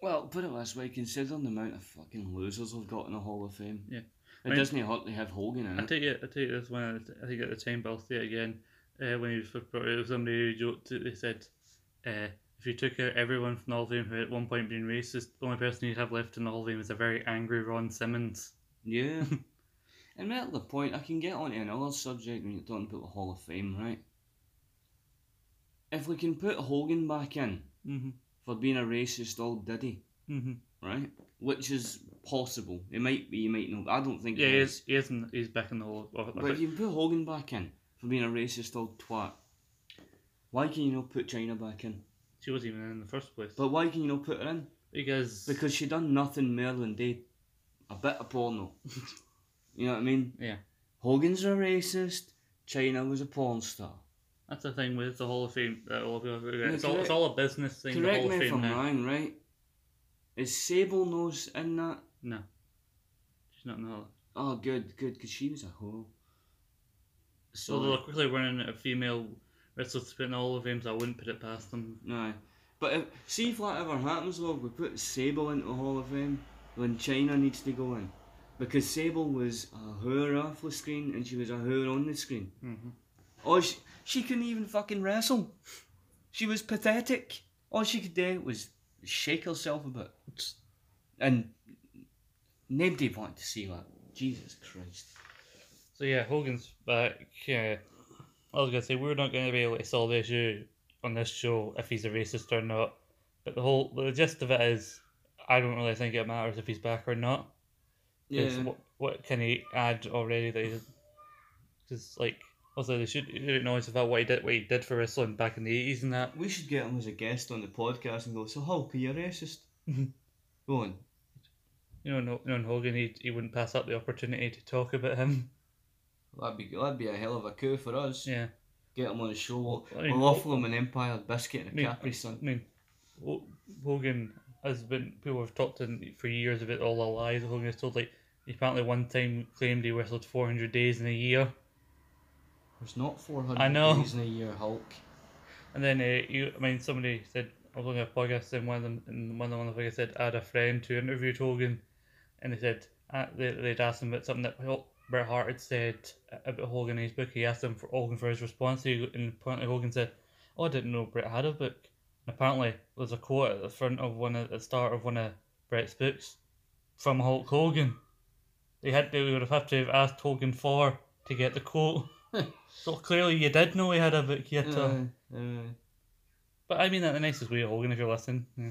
Speaker 2: Well, put it this way, considering the amount of fucking losers we've got in the Hall of Fame,
Speaker 1: Yeah.
Speaker 2: it
Speaker 1: Right.
Speaker 2: doesn't hurt to have Hogan in
Speaker 1: I
Speaker 2: it.
Speaker 1: take it. I take this one. at a- I think at the time, but I'll say it again. Uh, when he was first brought out, somebody who joked. that They said, uh, "If you took out everyone from the Hall of Fame who had at one point been racist, the only person you'd have left in the Hall of Fame is a very angry Ron Simmons."
Speaker 2: Yeah. and right at the point, I can get on to another subject when you're talking about the Hall of Fame, right? If we can put Hogan back in
Speaker 1: Mhm.
Speaker 2: for being a racist old diddy,
Speaker 1: Mhm.
Speaker 2: right? Which is possible. It might be, you might not. I don't think
Speaker 1: Yeah,
Speaker 2: it
Speaker 1: he
Speaker 2: is.
Speaker 1: is. He is. In, he's back in the Hall. Of,
Speaker 2: But if you put Hogan back in for being a racist old twat, why can you not put China back in?
Speaker 1: she wasn't even in the first place.
Speaker 2: But why can you not put her in?
Speaker 1: because
Speaker 2: Because she done nothing more than did a bit of porno. you know what I mean?
Speaker 1: Yeah.
Speaker 2: Hogan's a racist. China was a porn star.
Speaker 1: that's the thing with the Hall of Fame. That all people, it's, all,
Speaker 2: correct-
Speaker 1: it's all a business thing. The
Speaker 2: Correct
Speaker 1: Hall of
Speaker 2: me if
Speaker 1: Fame
Speaker 2: I'm
Speaker 1: now.
Speaker 2: wrong, right? Is Sable Nose in that?
Speaker 1: No, she's not in the Hall.
Speaker 2: Oh, good, good, because she was a whore.
Speaker 1: So they're
Speaker 2: So,
Speaker 1: quickly running out of female wrestlers to put in the Hall of Fame, so I wouldn't put it past them.
Speaker 2: no. But if, see if that ever happens, though, we put Sable into the Hall of Fame when China needs to go in. Because Sable was a whore off the screen and she was a whore on the screen.
Speaker 1: Mm-hmm.
Speaker 2: Oh, she, she couldn't even fucking wrestle. She was pathetic. All she could do was shake herself a bit. And nobody wanted to see that. Jesus Christ.
Speaker 1: So yeah, Hogan's back. Yeah, I was gonna say we're not gonna be able to solve the issue on this show if he's a racist or not. But the whole the gist of it is, I don't really think it matters if he's back or not. 'Cause What, what can he add already that he? Because like also they should they should acknowledge about what he did what he did for wrestling back in the eighties and that.
Speaker 2: We should get him as a guest on the podcast and go, So, Hulk, are you racist? go on.
Speaker 1: You know, no, knowing Hogan, he he wouldn't pass up the opportunity to talk about him.
Speaker 2: That'd be, that'd be a hell of a coup for us.
Speaker 1: Yeah.
Speaker 2: Get him on the show.
Speaker 1: I mean,
Speaker 2: we'll offer him an Empire biscuit and a
Speaker 1: mean,
Speaker 2: Capri Sun.
Speaker 1: I mean, Ho- Hogan has been people have talked to him for years about all the lies that Hogan has told. Like he apparently one time claimed he wrestled four hundred days in a year,
Speaker 2: There's not 400
Speaker 1: I know.
Speaker 2: days in a year, Hulk.
Speaker 1: and then uh, you, I mean, somebody said I was looking at a podcast and one of them and one of them like I said I had a friend who interviewed Hogan, and they said uh, they they'd asked him about something that Hul- Bret Hart had said uh, about Hogan in his book. He asked him for Hogan for his response, He- and apparently Hogan said, "Oh, I didn't know Bret had a book." And apparently, there's a quote at the front of one of the start of one of Bret's books from Hulk Hogan. They had they would have had to have asked Hogan for to get the quote. [LAUGHS] so clearly, you did know he had a book, you to.
Speaker 2: Uh, uh,
Speaker 1: But I mean that in the nicest way, Hogan, if you're listening. Yeah.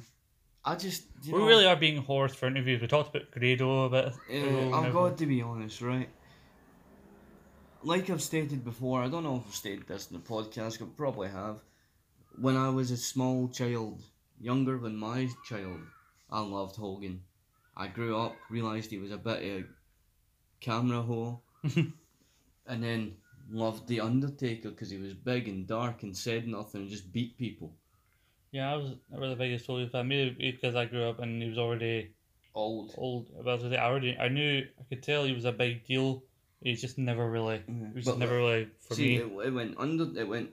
Speaker 2: I just. you
Speaker 1: We
Speaker 2: know-
Speaker 1: really are being hoarse for interviews. We talked about Grado a bit. Oh,
Speaker 2: Uh,
Speaker 1: Grado and
Speaker 2: I've got to be honest, right? Like I've stated before, I don't know if I've stated this in the podcast, but probably have. When I was a small child, younger than my child, I loved Hogan. I grew up, realised he was a bit of a camera whore, and then loved The Undertaker because he was big and dark and said nothing and just beat people
Speaker 1: Yeah, I was never the biggest Hogan fan, maybe because I grew up and he was already
Speaker 2: old.
Speaker 1: old. But I, was gonna say, I already, I knew, I could tell he was a big deal. He just never really, he was just
Speaker 2: But-
Speaker 1: never really for me.
Speaker 2: See, It, it went under. It went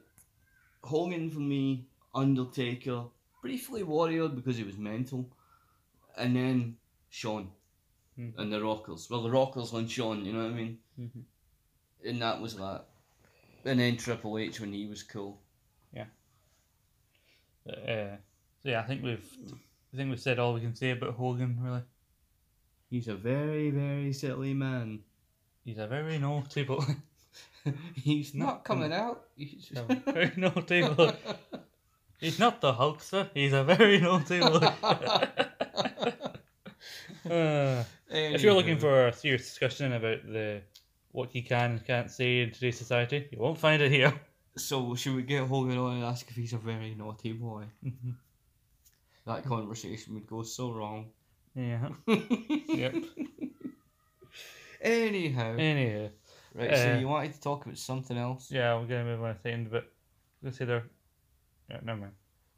Speaker 2: Hogan for me, Undertaker, briefly Warrior because he was mental, and then Sean
Speaker 1: Mhm.
Speaker 2: and the Rockers. Well, the Rockers on Sean, you know what I mean?
Speaker 1: Mhm.
Speaker 2: And that was that. And then Triple H when he was cool.
Speaker 1: But, uh, so yeah, I think we've, I think we've said all we can say about Hogan. Really,
Speaker 2: He's a very very silly man. [LAUGHS]
Speaker 1: he's a very naughty boy. [LAUGHS]
Speaker 2: He's not
Speaker 1: Not coming
Speaker 2: coming out. He's
Speaker 1: A very
Speaker 2: [LAUGHS]
Speaker 1: naughty boy. He's not the Hulkster. He's a very naughty
Speaker 2: [LAUGHS]
Speaker 1: boy. [LAUGHS] Uh, [LAUGHS] If you're looking for a serious discussion about the what he can and can't say in today's society, you won't find it here.
Speaker 2: so should we get Hogan on and ask if he's a very naughty boy? That conversation would go so wrong.
Speaker 1: yeah. Yep.
Speaker 2: Anyhow,
Speaker 1: Anyway,
Speaker 2: right. so
Speaker 1: uh,
Speaker 2: you wanted to talk about something else?
Speaker 1: yeah, we're gonna move on to the end, but let's say there. Yeah, never mind.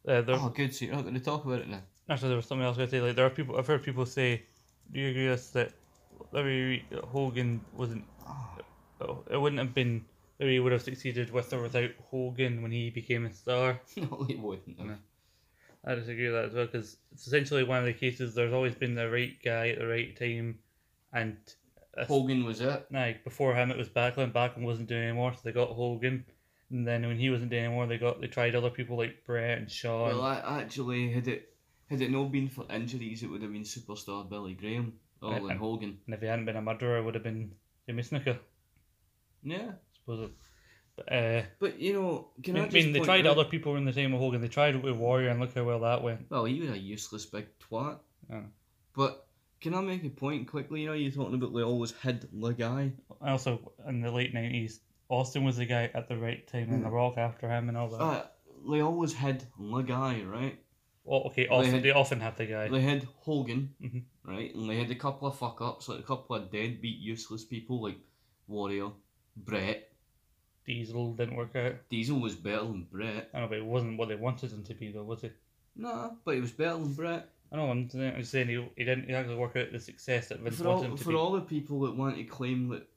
Speaker 1: Uh, there,
Speaker 2: Oh, good. So you're not going to talk about it now.
Speaker 1: Actually, there was something else I was gonna say. Like, there are people I've heard people say, "Do you agree with us that Larry Hogan wasn't. oh, It wouldn't have been. Larry would have succeeded with or without Hogan when he became a star.
Speaker 2: Oh, [LAUGHS] no, it wouldn't. have.
Speaker 1: No. I disagree with that as well because it's essentially one of the cases. There's always been the right guy at the right time, and
Speaker 2: Hogan was it.
Speaker 1: like before him it was Backlund. Backlund wasn't doing anymore, so they got Hogan. And then when he wasn't doing anymore, they got they tried other people like Brett and Shaw.
Speaker 2: Well, I, actually, had it had it not been for injuries, it would have been superstar Billy Graham, all
Speaker 1: Right,
Speaker 2: in
Speaker 1: and-
Speaker 2: Hogan.
Speaker 1: and if he hadn't been a murderer, it would have been Jimmy Snooker. I
Speaker 2: Yeah,
Speaker 1: suppose. it- But uh,
Speaker 2: but you know,
Speaker 1: I
Speaker 2: can I,
Speaker 1: mean, I
Speaker 2: just
Speaker 1: mean, they
Speaker 2: point
Speaker 1: tried
Speaker 2: out-
Speaker 1: other people in the same with Hogan. They tried with Warrior, and look how well that went.
Speaker 2: Well, he was a useless big twat.
Speaker 1: Yeah.
Speaker 2: But can I make a point quickly? You know, you're talking about they always hid the guy.
Speaker 1: And also in the late nineties, Austin was the guy at the right time, and The Rock after him, and all that.
Speaker 2: Uh, they always had the guy, right?
Speaker 1: Well, Oh, okay, Austin,
Speaker 2: had-
Speaker 1: they often have the guy.
Speaker 2: They had Hogan,
Speaker 1: Mhm.
Speaker 2: right? And they had a couple of fuck ups, like a couple of deadbeat, useless people like Warrior, Brett.
Speaker 1: Diesel didn't work out.
Speaker 2: Diesel was better than Brett.
Speaker 1: I know, but it wasn't what they wanted him to be, though, was it?
Speaker 2: Nah, but he was better than Brett.
Speaker 1: I know. I'm saying I'm saying he, he didn't actually work out the success that Vince
Speaker 2: For
Speaker 1: wanted
Speaker 2: all,
Speaker 1: him to
Speaker 2: for
Speaker 1: be.
Speaker 2: all the people that want to claim that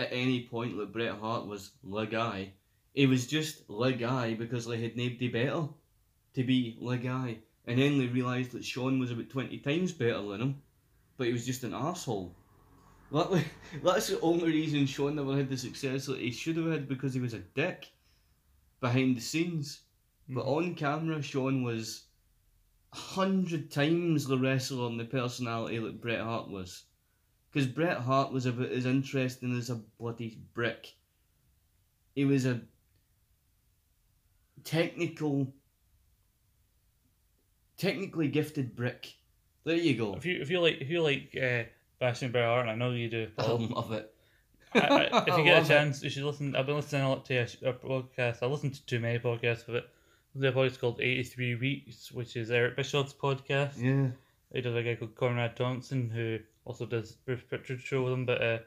Speaker 2: at any point that Bret Hart was the guy, he was just the guy because they had nobody better to be the guy. And then they realised that Sean was about 20 times better than him, but he was just an arsehole. That, wa- [LAUGHS] that's the only reason Sean never had the success that he should have had because he was a dick behind the scenes. But on camera, Sean was a hundred times the wrestler and the personality that Bret Hart was. Because Bret Hart was about as interesting as a bloody brick. He was a technical, technically gifted brick. There you go. [LAUGHS]
Speaker 1: If you if you like if you like uh, Bastion Bear Hart, and I know you do,
Speaker 2: I
Speaker 1: Paul.
Speaker 2: love it.
Speaker 1: I,
Speaker 2: [LAUGHS]
Speaker 1: I, if
Speaker 2: Oh. I
Speaker 1: you get
Speaker 2: love
Speaker 1: a
Speaker 2: it.
Speaker 1: chance, you should listen. I've been listening a lot to a, sh- a podcast. I listened to too many podcasts of it. There's a podcast called 83 Weeks, which is Eric Bischoff's podcast.
Speaker 2: Yeah.
Speaker 1: They does a guy called Conrad Thompson, who also does Bruce Pritchard show with them. But uh,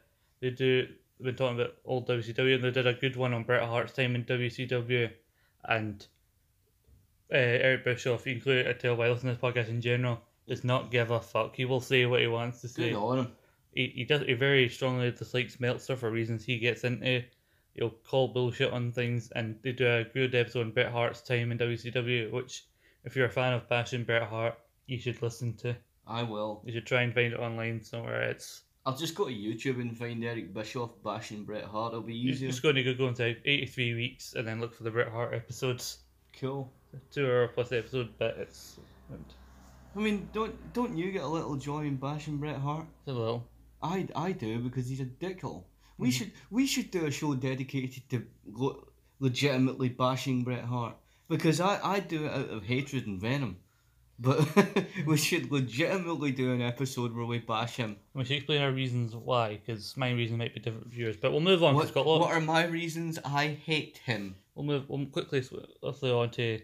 Speaker 1: they do they've been talking about old WCW, and they did a good one on Bret Hart's time in WCW, and uh, Eric Bischoff, you can clearly tell by listening to this podcast in general, does not give a fuck. He will say what he wants to say
Speaker 2: Good on him.
Speaker 1: he, he does he very strongly dislikes Meltzer for reasons he gets into. He'll call bullshit on things, and they do a good episode on Bret Hart's time in WCW, which if you're a fan of bashing Bret Hart, you should listen to.
Speaker 2: I will.
Speaker 1: You should try and find it online somewhere. It's
Speaker 2: I'll just go to YouTube and find Eric Bischoff bashing Bret Hart. It'll be
Speaker 1: you
Speaker 2: easier.
Speaker 1: just go to Google and type eighty three weeks, and then look for the Bret Hart episodes,
Speaker 2: Cool.
Speaker 1: two hour plus episode. But it's
Speaker 2: I mean, don't don't you get a little joy in bashing Bret Hart?
Speaker 1: it's a little.
Speaker 2: I, I do because he's a dickhole. We
Speaker 1: Mhm.
Speaker 2: should we should do a show dedicated to lo- legitimately bashing Bret Hart because I I do it out of hatred and venom, but [LAUGHS] we should legitimately do an episode where we bash him.
Speaker 1: We should explain our reasons why, because my reason might be different from yours. But we'll move on. 'cause
Speaker 2: What,
Speaker 1: it's got lots-
Speaker 2: what are my reasons? I hate him.
Speaker 1: We'll move we'll quickly swiftly on to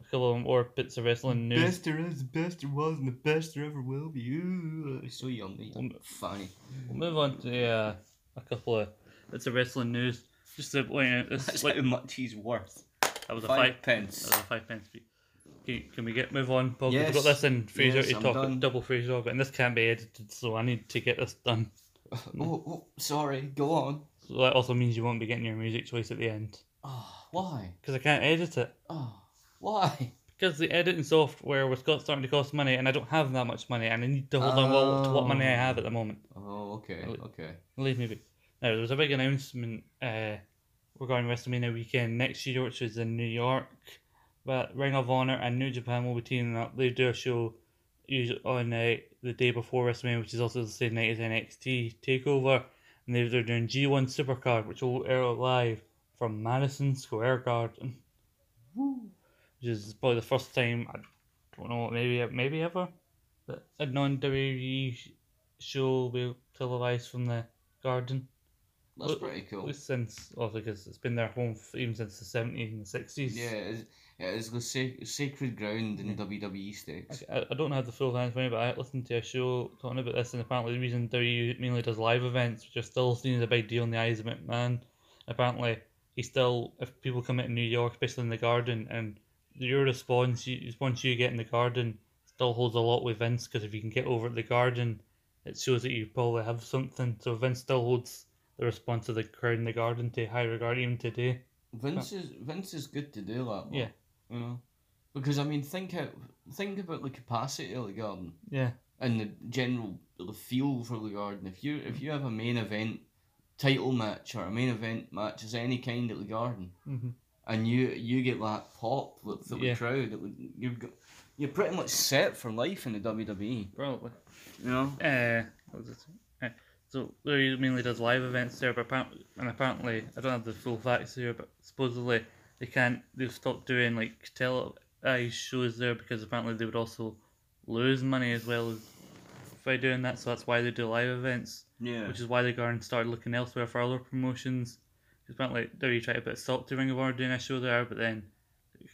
Speaker 1: a couple more bits of wrestling news.
Speaker 2: Best there is, the best there was, and the best there ever will be. Ooh, it's so yummy,
Speaker 1: Um,
Speaker 2: funny.
Speaker 1: We'll move on to uh, a couple of bits of wrestling news. Just to point out, this
Speaker 2: [LAUGHS] That's
Speaker 1: like,
Speaker 2: how much he's worth.
Speaker 1: that was a
Speaker 2: Five
Speaker 1: five.
Speaker 2: pence.
Speaker 1: That was a five pence. fee. Can, can we get move on, Paul? 'Cause
Speaker 2: Yes.
Speaker 1: We've got this in Fraser
Speaker 2: Yes,
Speaker 1: to
Speaker 2: I'm
Speaker 1: talk
Speaker 2: done.
Speaker 1: double Fraser, but and this can't be edited, so I need to get this done.
Speaker 2: Oh, oh, sorry. Go on.
Speaker 1: So that also means you won't be getting your music choice at the end
Speaker 2: Oh, why?
Speaker 1: because I can't edit it.
Speaker 2: Oh, why?
Speaker 1: Because the editing software was co- starting to cost money, and I don't have that much money, and I need to hold on well to what money I
Speaker 2: Oh.
Speaker 1: have at the moment.
Speaker 2: Oh, okay,
Speaker 1: Really?
Speaker 2: okay.
Speaker 1: Leave me be. Now, there was a big announcement uh, regarding WrestleMania weekend next year, which is in New York. But Ring of Honor and New Japan will be teaming up. They do a show usually on uh, the day before WrestleMania, which is also the same night as NXT Takeover. And they're, they're doing G1 Supercard, which will air live from Madison Square Garden,
Speaker 2: Woo.
Speaker 1: which is probably the first time I don't know maybe maybe ever that a non WWE show will be televised from the Garden.
Speaker 2: That's
Speaker 1: Well,
Speaker 2: pretty cool.
Speaker 1: Well, since well, because it's been their home f- even since the seventies and the sixties.
Speaker 2: Yeah, it is, it is the sac- sacred ground in E WWE stakes.
Speaker 1: I, I don't have the full hands me, but I listened to a show talking about this, and apparently the reason WWE mainly does live events, which are still seen as a big deal in the eyes of McMahon. Apparently, he still if people come into New York, especially in the Garden, and your response, you, response you get in the Garden, still holds a lot with Vince because if you can get over at the Garden, it shows that you probably have something. So Vince still holds the response of the crowd in the garden to high regard even today.
Speaker 2: Vince is Vince is good to do that. Though,
Speaker 1: Yeah.
Speaker 2: You know, because I mean, think out, think about the capacity of the garden
Speaker 1: Yeah,
Speaker 2: and the general the feel for the garden. If you
Speaker 1: Mm.
Speaker 2: if you have a main event title match or a main event match of any kind at the garden,
Speaker 1: hmm
Speaker 2: and you you get that pop that for the
Speaker 1: Yeah.
Speaker 2: crowd, it would, you've got. You're pretty much set for life in the WWE.
Speaker 1: probably.
Speaker 2: You know,
Speaker 1: Uh, what was it? Uh, so Larry mainly does live events there, but apparently, and apparently, I don't have the full facts here, but supposedly they can't. They've stopped doing like televised shows there because apparently they would also lose money as well as by doing that. So that's why they do live events,
Speaker 2: yeah,
Speaker 1: which is why the Garden started looking elsewhere for other promotions. 'Cause Apparently, WWE tried to put Salt to Ring of Honor doing a show there, but then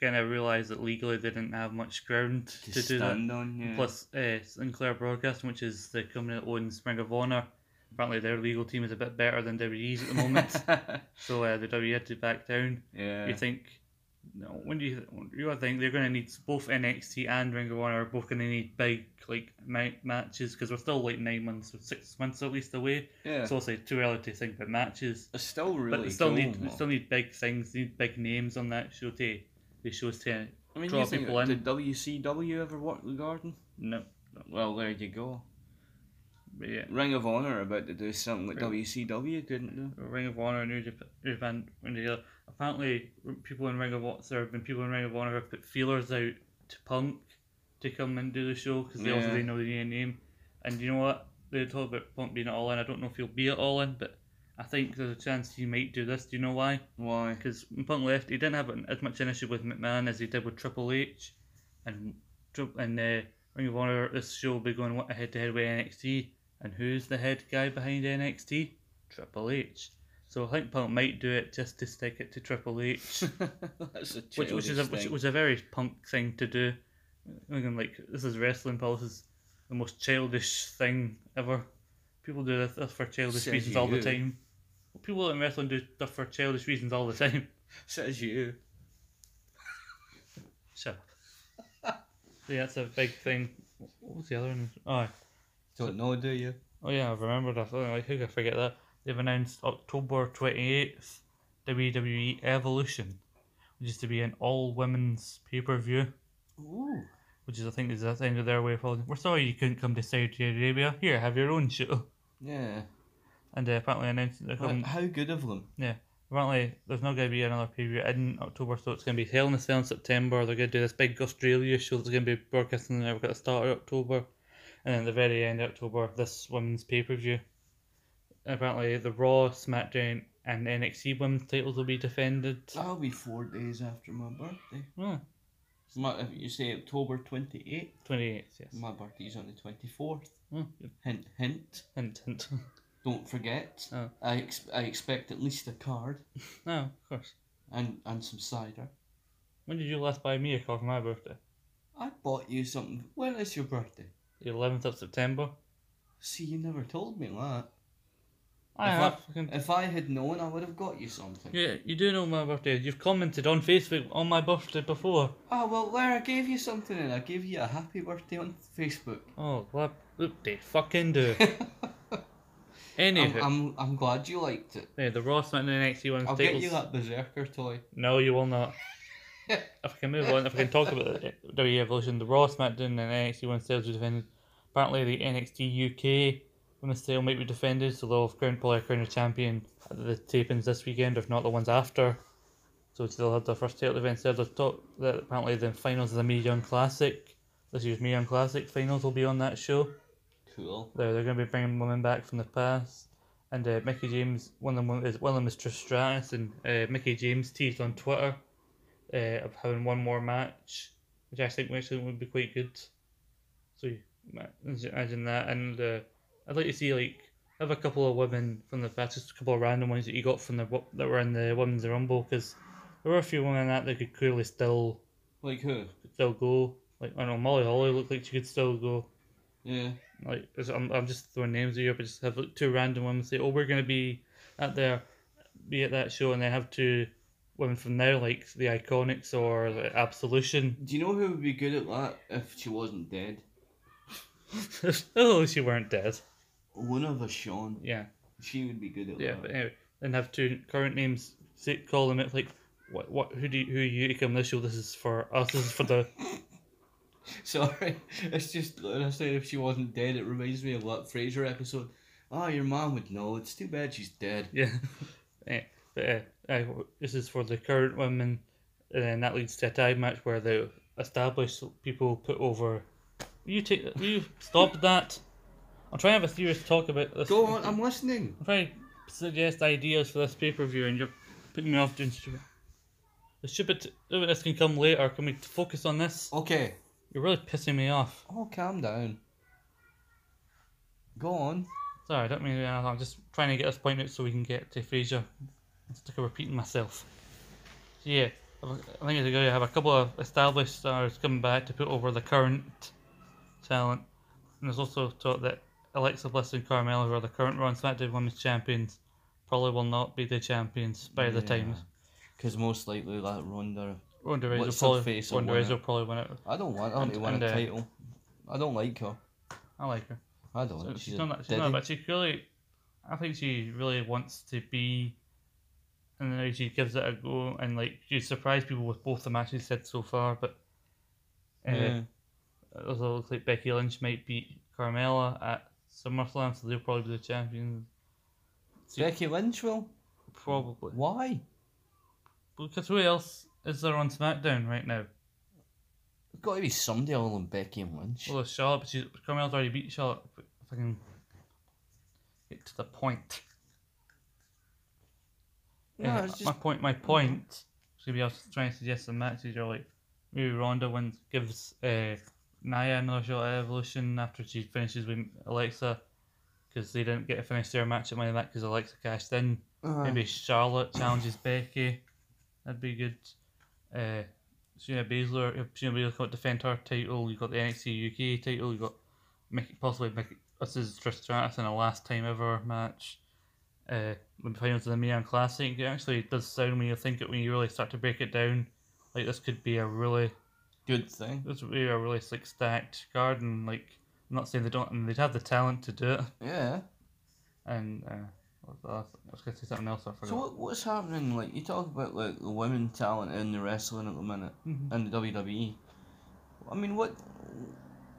Speaker 1: kind of realized that legally they didn't have much ground to, do that.
Speaker 2: on. Yeah.
Speaker 1: Plus, uh, Sinclair Broadcasting, which is the company that owns Ring of Honor, apparently their legal team is a bit better than WWE's at the moment. so uh, the WWE had to back down.
Speaker 2: [LAUGHS] yeah.
Speaker 1: You think? No, when do you when do you think they're going to need both NXT and Ring of Honor are both going to need big like ma- matches because we're still like nine months or six months at least away.
Speaker 2: yeah.
Speaker 1: So it's like too early to think about matches.
Speaker 2: It's still really
Speaker 1: but they still
Speaker 2: cool,
Speaker 1: need they
Speaker 2: though.
Speaker 1: still need big things, they need big names on that show to the shows to
Speaker 2: I mean,
Speaker 1: draw
Speaker 2: you think,
Speaker 1: people in.
Speaker 2: did WCW ever work the garden?
Speaker 1: no,
Speaker 2: Well, there you go.
Speaker 1: but yeah.
Speaker 2: Ring of Honor are about to do something that
Speaker 1: Right.
Speaker 2: WCW couldn't do.
Speaker 1: Ring of Honor and New Japan, New Japan when they, apparently people in Ring of Honor there have been people in Ring of Honor have put feelers out to Punk to come and do the show because they also
Speaker 2: Yeah.
Speaker 1: they know they need a name, and you know what they talk about Punk being at All In. I don't know if he'll be at All In, but I think there's a chance he might do this. Do you know why?
Speaker 2: Why? [LAUGHS]
Speaker 1: Because when Punk left, he didn't have an, as much an issue with McMahon as he did with Triple H, and Tri- and uh, Ring of Honor this show will be going head to head with NXT, and who's the head guy behind NXT? Triple H. So I think Punk might do it just to stick it to Triple
Speaker 2: [LAUGHS]
Speaker 1: H,
Speaker 2: That's a
Speaker 1: which, which is a which was a very punk thing to do. I mean, like this is wrestling, Paul. This is the most childish thing ever. People do this, this for childish
Speaker 2: Says
Speaker 1: reasons all the
Speaker 2: you.
Speaker 1: time. People in wrestling do stuff for childish reasons all the [LAUGHS] time.
Speaker 2: Says you.
Speaker 1: Shut up. See, that's a big thing. What was the other one? Oh,
Speaker 2: Don't know, do you?
Speaker 1: oh yeah, I remembered. I thought, like, who could forget that? They've announced October 28th, WWE E Evolution, which is to be an all women's pay per view,
Speaker 2: Ooh.
Speaker 1: which is, I think, is that's the end of their way of holding. We're sorry you couldn't come to Saudi Arabia. Here, have your own show.
Speaker 2: Yeah.
Speaker 1: And uh, apparently announced that they're coming.
Speaker 2: Right, How good of them.
Speaker 1: Apparently, there's not going to be another preview in October, so it's going to be Hell in a Cell in September. They're going to do this big Australia show that's going to be broadcasting the network at the start of October, and then at the very end of October, this women's pay per view. Apparently, the Raw, SmackDown, and NXT women's titles will be defended.
Speaker 2: That'll be four days after my birthday.
Speaker 1: Yeah,
Speaker 2: My, if you say October 28th,
Speaker 1: 28th, yes.
Speaker 2: my birthday's on the 24th.
Speaker 1: Hmm,
Speaker 2: Hint, hint.
Speaker 1: hint, hint. [LAUGHS]
Speaker 2: Don't forget.
Speaker 1: Oh.
Speaker 2: I, ex- I expect at least a card
Speaker 1: no, of course.
Speaker 2: and, and some cider.
Speaker 1: When did you last buy me a car for my birthday?
Speaker 2: I bought you something. When is your birthday?
Speaker 1: The 11th of September?
Speaker 2: See, you never told me that.
Speaker 1: I
Speaker 2: If I-
Speaker 1: have. fucking-
Speaker 2: If I had known, I would have got you something.
Speaker 1: Yeah, you do know my birthday. You've commented on Facebook on my birthday before.
Speaker 2: Oh, well, there, I gave you something and I gave you a happy birthday on Facebook.
Speaker 1: Oh, what what they fucking
Speaker 2: [LAUGHS]
Speaker 1: do?
Speaker 2: I'm,
Speaker 1: Anywho,
Speaker 2: I'm, I'm glad you liked it.
Speaker 1: yeah, the Raw Smackdown and NXT ones
Speaker 2: I'll
Speaker 1: titles.
Speaker 2: get you that Berserker toy.
Speaker 1: No, you will
Speaker 2: [LAUGHS]
Speaker 1: not. if I can move on, if I can talk about the WWE Evolution, the Raw Smackdown and NXT ones titles were defended. Apparently, the NXT UK women's title might be defended, so they'll have crowned probably a crown of champion at the tapings this weekend, if not the ones after. So they'll have their first title defense there. They've talked that apparently the finals of the Mae Young Classic, this year's Mae Young Classic finals will be on that show.
Speaker 2: Cool.
Speaker 1: They're, they're going to be bringing women back from the past. And uh, Mickey James, one of them is one of them is Trish Stratus, and uh, Mickey James teased on Twitter uh, of having one more match, which I think actually would be quite good. So you ma- imagine that, and uh, I'd like to see like have a couple of women from the past, just a couple of random ones that you got from the wo- that were in the women's rumble, because there were a few women in that they could clearly still
Speaker 2: Like who?
Speaker 1: still go. Like I don't know Molly Holly looked like she could still go.
Speaker 2: Yeah.
Speaker 1: Like it's- I'm, I'm just throwing names at you, but just have like two random women say, "Oh, we're gonna be at there, be at that show," and then have two women from there, like the Iconics or the Absolution. [LAUGHS]
Speaker 2: Do you know who would be good at that if she wasn't dead?
Speaker 1: oh, she weren't dead.
Speaker 2: one of us, Sean.
Speaker 1: Yeah,
Speaker 2: She would be good at
Speaker 1: yeah.
Speaker 2: that.
Speaker 1: But anyway, then have two current names. Say, call them out like, what, what, who do, you, who are you to come on this show? This is for us. This is for the.
Speaker 2: [LAUGHS] Sorry, it's just honestly, if she wasn't dead, it reminds me of that Fraser episode. Ah, your mom would know. It's too bad she's dead.
Speaker 1: Yeah. [LAUGHS] Eh, but uh, uh, this is for the current women, and then that leads to a tag match where the established people put over. You take. You stop that. I'm trying to have a serious talk about this.
Speaker 2: Go on, I'm listening.
Speaker 1: I'm trying to suggest ideas for this pay per view, and you're putting me off doing stupid. The stupid. This can come later. Can we focus on this?
Speaker 2: Okay.
Speaker 1: You're really pissing me off.
Speaker 2: Oh, calm down. Go on.
Speaker 1: Sorry, I don't mean anything. I'm just trying to get this point out so we can get to Fraser. I'm sick of repeating myself. So yeah, I've- I think it's going to have a couple of established stars coming back to put over the current talent. And there's also talk that Alexa Bliss and Carmella, who are the current Raw and SmackDown Women's Champions, probably will not be the champions by the time
Speaker 2: Because most likely that Ronda.
Speaker 1: Ronda Rousey will
Speaker 2: What's her
Speaker 1: probably,
Speaker 2: face will
Speaker 1: Ronda
Speaker 2: win
Speaker 1: Rousey
Speaker 2: it?
Speaker 1: will probably win it.
Speaker 2: I don't want her
Speaker 1: And-
Speaker 2: to win
Speaker 1: and,
Speaker 2: a
Speaker 1: uh,
Speaker 2: title. I don't like her.
Speaker 1: I like her.
Speaker 2: I don't.
Speaker 1: So
Speaker 2: she's
Speaker 1: she's
Speaker 2: a
Speaker 1: done that. She's
Speaker 2: diddy.
Speaker 1: done that, but she really, I think she really wants to be, and then she gives it a go, and like she surprised people with both the matches said so far. But uh,
Speaker 2: Yeah.
Speaker 1: it also looks like Becky Lynch might beat Carmella at SummerSlam, so they'll probably be the champions. she-
Speaker 2: Becky Lynch will.
Speaker 1: Probably
Speaker 2: Why?
Speaker 1: because who else is there on SmackDown right now?
Speaker 2: There's got to be somebody other than Becky and Lynch.
Speaker 1: Well, there's Charlotte, but she's, Carmella's already beat Charlotte. If I can get to the point.
Speaker 2: no,
Speaker 1: Yeah,
Speaker 2: it's
Speaker 1: my
Speaker 2: just
Speaker 1: point. My point. So maybe I was trying to suggest some matches are like maybe Ronda wins, gives uh, Naya another shot at Evolution after she finishes with Alexa, because they didn't get to finish their match at Money Night because Alexa cashed in.
Speaker 2: uh,
Speaker 1: Maybe Charlotte challenges Becky. That'd be good. Uh, Shayna Baszler, if Shayna Baszler can't defend her title. You got the NXT UK title. You got Mickey, possibly Mickey. This is Trish Stratus in a last time ever match. Uh, when finals of the Mian Classic, it actually does sound when you think it when you really start to break it down. Like this could be a really
Speaker 2: good thing.
Speaker 1: this would be a really like stacked card and like I'm not saying they don't and they'd have the talent to do it
Speaker 2: Yeah.
Speaker 1: and uh, what was the last- I was gonna say something else I forgot.
Speaker 2: So what, what's happening? Like you talk about like the women talent in the wrestling at the minute
Speaker 1: Mhm.
Speaker 2: and the WWE. I mean, what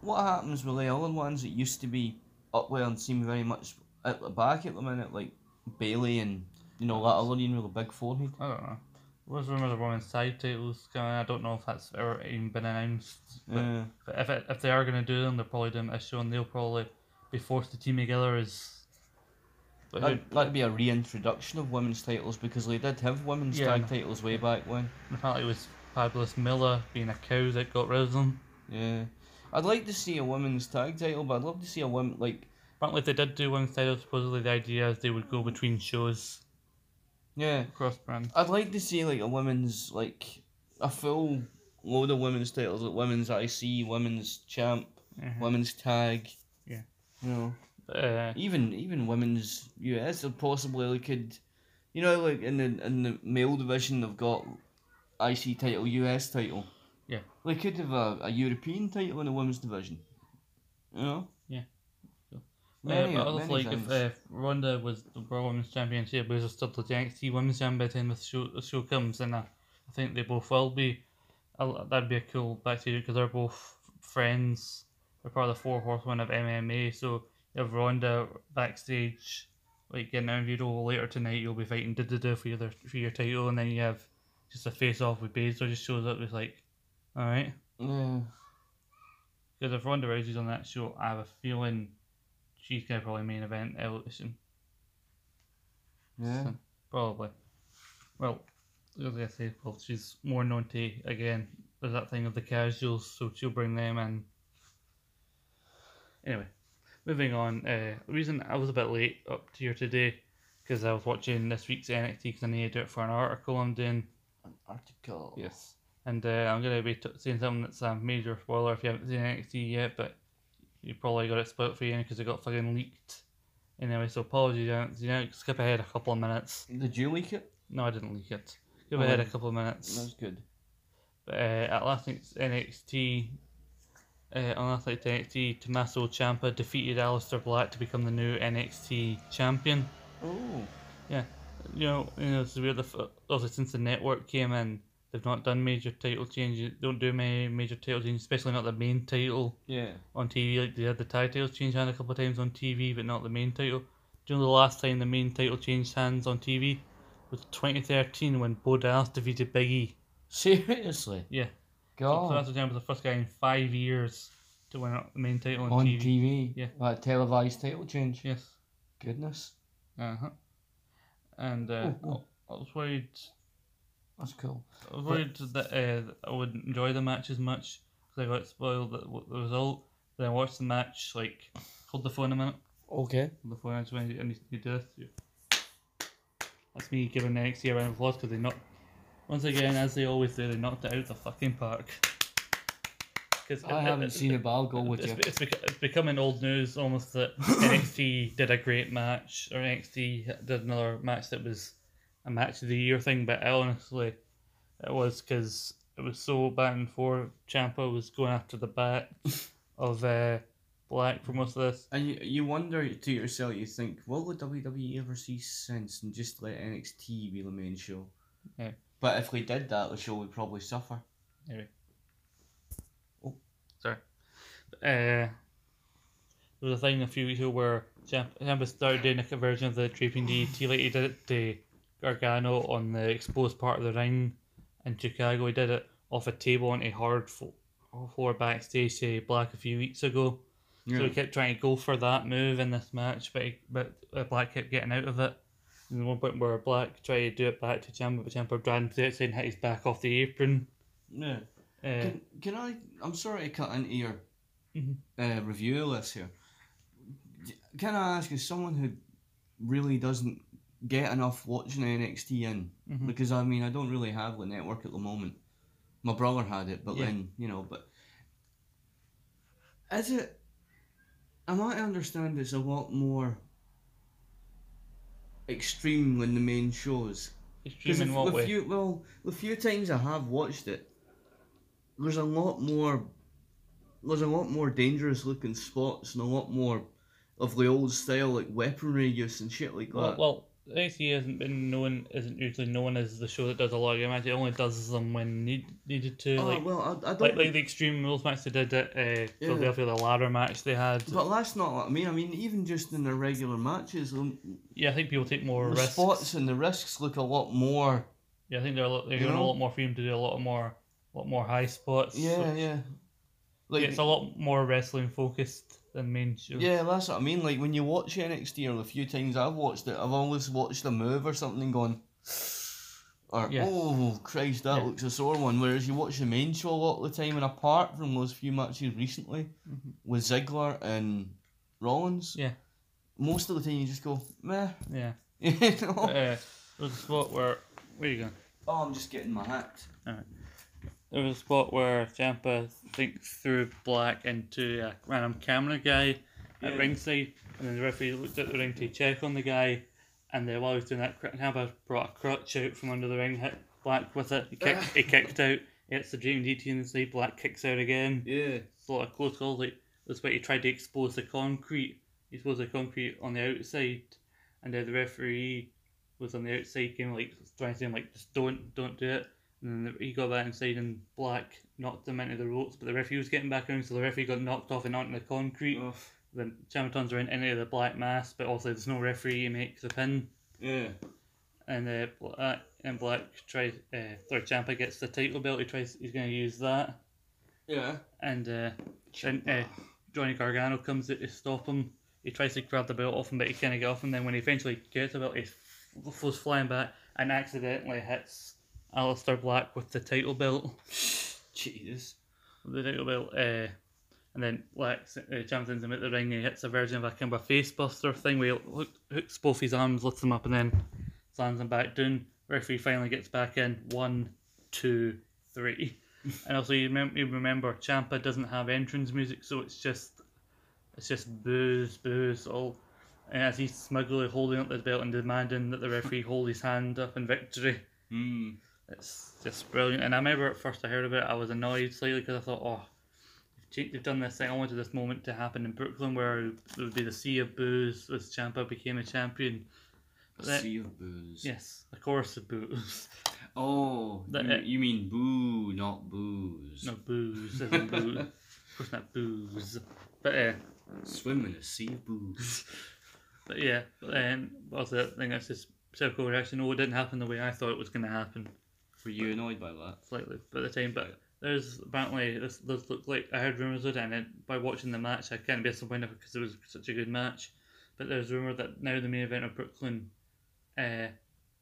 Speaker 2: what happens with the other ones that used to be up there and seem very much at the back at the minute, like Bailey and you know that other one with the big forehead.
Speaker 1: I don't know. There's rumours of women's side titles coming. I don't know if that's ever even been announced. But,
Speaker 2: Yeah.
Speaker 1: but if, it, if they are going to do them, they're probably doing it this show and they'll probably be forced to team together as. But who,
Speaker 2: That'd, that'd be a reintroduction of women's titles because they did have women's
Speaker 1: Yeah, I know.
Speaker 2: tag titles way back when.
Speaker 1: apparently, it was Fabulous Miller being a cow that got rid of them.
Speaker 2: Yeah. I'd like to see a women's tag title, but I'd love to see a women like
Speaker 1: Apparently, if they did do women's titles, supposedly the idea is they would go between shows,
Speaker 2: yeah.
Speaker 1: cross brand.
Speaker 2: I'd like to see like a women's like a full load of women's titles, like women's IC, women's champ, women's tag.
Speaker 1: Yeah.
Speaker 2: You know,
Speaker 1: Mm-hmm. Uh,
Speaker 2: even even women's US or possibly they could, you know, like in the in the male division they've got IC title, US title.
Speaker 1: Yeah.
Speaker 2: They could have a, a European title in the women's division. You know.
Speaker 1: Yeah.
Speaker 2: Many,
Speaker 1: uh, but also,
Speaker 2: many
Speaker 1: like if
Speaker 2: things.
Speaker 1: uh, Ronda was the Raw Women's Champion, she was still the NXT Women's Champion by the time the show, the show comes, and I, I think they both will be. i that'd be a cool backstage because they're both friends. They're part of the four horsemen of MMA, so you have Ronda backstage, like getting interviewed. Oh, later tonight you'll be fighting da da da for your for your title, and then you have just a face off with Baszler just shows up. It's like, all right.
Speaker 2: yeah.
Speaker 1: Because if Ronda Rousey's on that show, I have a feeling she's going to probably main event Evolution.
Speaker 2: Yeah.
Speaker 1: So, probably. Well, as I say, well, she's more known to, again, there's that thing of the casuals, so she'll bring them in. Anyway, moving on. Uh, the reason I was a bit late up here today, because I was watching this week's NXT, because I needed to do it for an article I'm doing.
Speaker 2: Article.
Speaker 1: Yes. And uh, I'm going to be t- saying something that's a major spoiler if you haven't seen NXT yet, but you probably got it spoiled for you because it got fucking leaked. Anyway, so apologies, I haven't seen it. Skip ahead a couple of minutes.
Speaker 2: Did you leak it?
Speaker 1: No, I didn't leak it. Skip
Speaker 2: Oh,
Speaker 1: ahead a
Speaker 2: then.
Speaker 1: couple of minutes.
Speaker 2: That's good.
Speaker 1: But, uh, at last night's NXT, Uh, on Athletic NXT, Tommaso Ciampa defeated Aleister Black to become the new NXT champion.
Speaker 2: Oh.
Speaker 1: You know, you know it's weird. if- Obviously, since the network came in, they've not done major title changes. Don't do many major title changes, especially not the main title
Speaker 2: Yeah.
Speaker 1: on TV. Like they had the tag titles change hand a couple of times on TV, but not the main title. Do you know the last time the main title changed hands on TV was 2013 when Bo Dallas defeated Big E.
Speaker 3: Seriously?
Speaker 1: Yeah. So
Speaker 3: God.
Speaker 1: Tommaso Ciampa was the first guy in five years to win the main title on,
Speaker 3: on
Speaker 1: TV.
Speaker 3: TV.
Speaker 1: Yeah.
Speaker 3: Like televised title change.
Speaker 1: Yes.
Speaker 3: Goodness.
Speaker 1: Uh huh. And uh,
Speaker 3: Oh, oh.
Speaker 1: I was worried.
Speaker 3: That's cool.
Speaker 1: I was worried that uh, I wouldn't enjoy the match as much because I got spoiled at what the result. Then I watched the match. Like, hold the phone a minute.
Speaker 3: Okay.
Speaker 1: Hold the phone. I just went. I need to do this. Yeah. That's me giving NXT a round of applause because they knocked. Once again, as they always do, they knocked it out of the fucking park. 'Cause
Speaker 3: I haven't seen it, but I'll go with
Speaker 1: it's,
Speaker 3: you.
Speaker 1: it's, bec- it's becoming old news almost
Speaker 3: [LAUGHS]
Speaker 1: that NXT did a great match or NXT did another match that was a match of the year thing, but I honestly, it was because it was so back and forth. Champa was going after
Speaker 3: [LAUGHS]
Speaker 1: the back of uh, Black for most of this.
Speaker 2: And you, you wonder to yourself, you think, will the WWE E ever see sense and just let NXT be the main show?
Speaker 1: Yeah.
Speaker 2: But if we did that, the show would probably suffer.
Speaker 1: Sorry. Uh, there was a thing a few weeks ago where Champ- Champa started doing a version of the Draping DDT like he did it to Gargano on the exposed part of the ring in Chicago. He did it off a table onto hard fo- floor backstage to Black a few weeks ago. So he kept trying to go for that move in this match, but he, but uh, Black kept getting out of it. And there's one point where Black tried to do it back to Champa, but Champa dragged him to the outside and hit his back off the apron.
Speaker 2: Yeah.
Speaker 1: Uh,
Speaker 2: Can, can I? I'm sorry to cut into your
Speaker 1: Mhm.
Speaker 2: uh, review list here. D- Can I ask, as someone who really doesn't get enough watching NXT in,
Speaker 1: Mhm.
Speaker 2: because I mean, I don't really have the network at the moment. My brother had it, but
Speaker 1: Yeah.
Speaker 2: then you know, but is it? Am I to understand it's a lot more extreme than the main shows?
Speaker 1: extreme
Speaker 2: Because
Speaker 1: in what
Speaker 2: the
Speaker 1: way?
Speaker 2: few well, the few times I have watched it, there's a lot more, there's a lot more dangerous looking spots and a lot more of the old style like weaponry use and shit like
Speaker 1: Well,
Speaker 2: that.
Speaker 1: well, NXT hasn't been known isn't usually known as the show that does a lot of your matches. It only does them when need, needed to,
Speaker 2: oh,
Speaker 1: like,
Speaker 2: well, I, I don't.
Speaker 1: like like the Extreme Rules match they did at uh, Philadelphia, the ladder match they had.
Speaker 2: but that's not what I mean. I mean, even just in the regular matches, the,
Speaker 1: yeah, I think people take more
Speaker 2: the
Speaker 1: risks.
Speaker 2: spots and the risks look a lot more.
Speaker 1: Yeah, I think they're a lot, they're
Speaker 2: You
Speaker 1: given a
Speaker 2: know?
Speaker 1: lot more freedom to do a lot more, lot more high spots.
Speaker 2: Yeah,
Speaker 1: So-
Speaker 2: yeah.
Speaker 1: yeah,
Speaker 2: Like
Speaker 1: it's a lot more wrestling focused than main show.
Speaker 2: Yeah, that's what I mean. Like when you watch NXT or the few times I've watched it, I've always watched a move or something and gone, or
Speaker 1: Yeah.
Speaker 2: oh Christ, that
Speaker 1: Yeah.
Speaker 2: looks a sore one. Whereas you watch the main show a lot of the time, and apart from those few matches recently
Speaker 1: Mhm.
Speaker 2: with Ziggler and Rollins,
Speaker 1: Yeah.
Speaker 2: most of the time you just go meh. [LAUGHS]
Speaker 1: yeah.
Speaker 2: You
Speaker 1: Uh,
Speaker 2: know?
Speaker 1: there was a spot where where you going?
Speaker 2: Oh, I'm just getting my hat.
Speaker 1: There was a spot where Champa thinks threw Black into a random camera guy at
Speaker 2: Yeah.
Speaker 1: ringside, and then the referee looked at the ring to check on the guy, and then while he was doing that, Cr- Champa brought a crutch out from under the ring, hit Black with it. He kicked, he kicked out. He hits the Dream DT in the side. Black kicks out again.
Speaker 2: Yeah.
Speaker 1: It's a lot of close calls. Like this way, he tried to expose the concrete. He exposed the concrete on the outside, and then the referee was on the outside, came like trying to say like just don't don't do it. And then he got that inside, and Black knocked him into the ropes. But the referee was getting back around, so the referee got knocked off and onto the concrete.
Speaker 2: Oh.
Speaker 1: Then Champa turns around into the black mass, but also there's no referee to make the pin.
Speaker 2: Yeah.
Speaker 1: And uh, Black, and Black tries. Uh, sorry, Champa gets the title belt. He tries. He's going to use that
Speaker 2: Yeah.
Speaker 1: and uh, then uh, Johnny Gargano comes out to stop him. He tries to grab the belt off him, but he can't get off him. Then when he eventually gets the belt, he f- goes flying back and accidentally hits Alistair Black with the title belt.
Speaker 2: Jesus.
Speaker 1: The title belt, uh, and then Black uh, champions him at the ring. And he hits a version of a kind of a facebuster thing where he hook, hooks both his arms, lifts him up, and then slams him back down. Referee finally gets back in. One, two, three. and also, you, remem- you remember Champa doesn't have entrance music, so it's just it's just booze, booze, all. And as he's smugly holding up the belt and demanding that the referee hold his hand up in victory.
Speaker 2: Hmm.
Speaker 1: It's just brilliant. And I remember at first I heard about it, I was annoyed slightly because I thought, oh, Cheap, they've done this thing. I wanted this moment to happen in Brooklyn where there would be the sea of booze as Champa became a champion.
Speaker 2: A
Speaker 1: That-
Speaker 2: sea of booze.
Speaker 1: Yes, a chorus of booze.
Speaker 2: Oh,
Speaker 1: That- e
Speaker 2: you, you mean boo, not booze.
Speaker 1: No booze, as in booze. Of course, not booze. But uh,
Speaker 2: Swim in a sea of booze.
Speaker 1: But yeah, but then also I think that's just typical reaction. Oh, it didn't happen the way I thought it was going to happen,
Speaker 2: Were you annoyed by that?
Speaker 1: slightly at the time. But there's apparently this, this looked like I heard rumors of it, and it, by watching the match, I can't be disappointed because it was such a good match. But there's rumor that now the main event of Brooklyn, uh,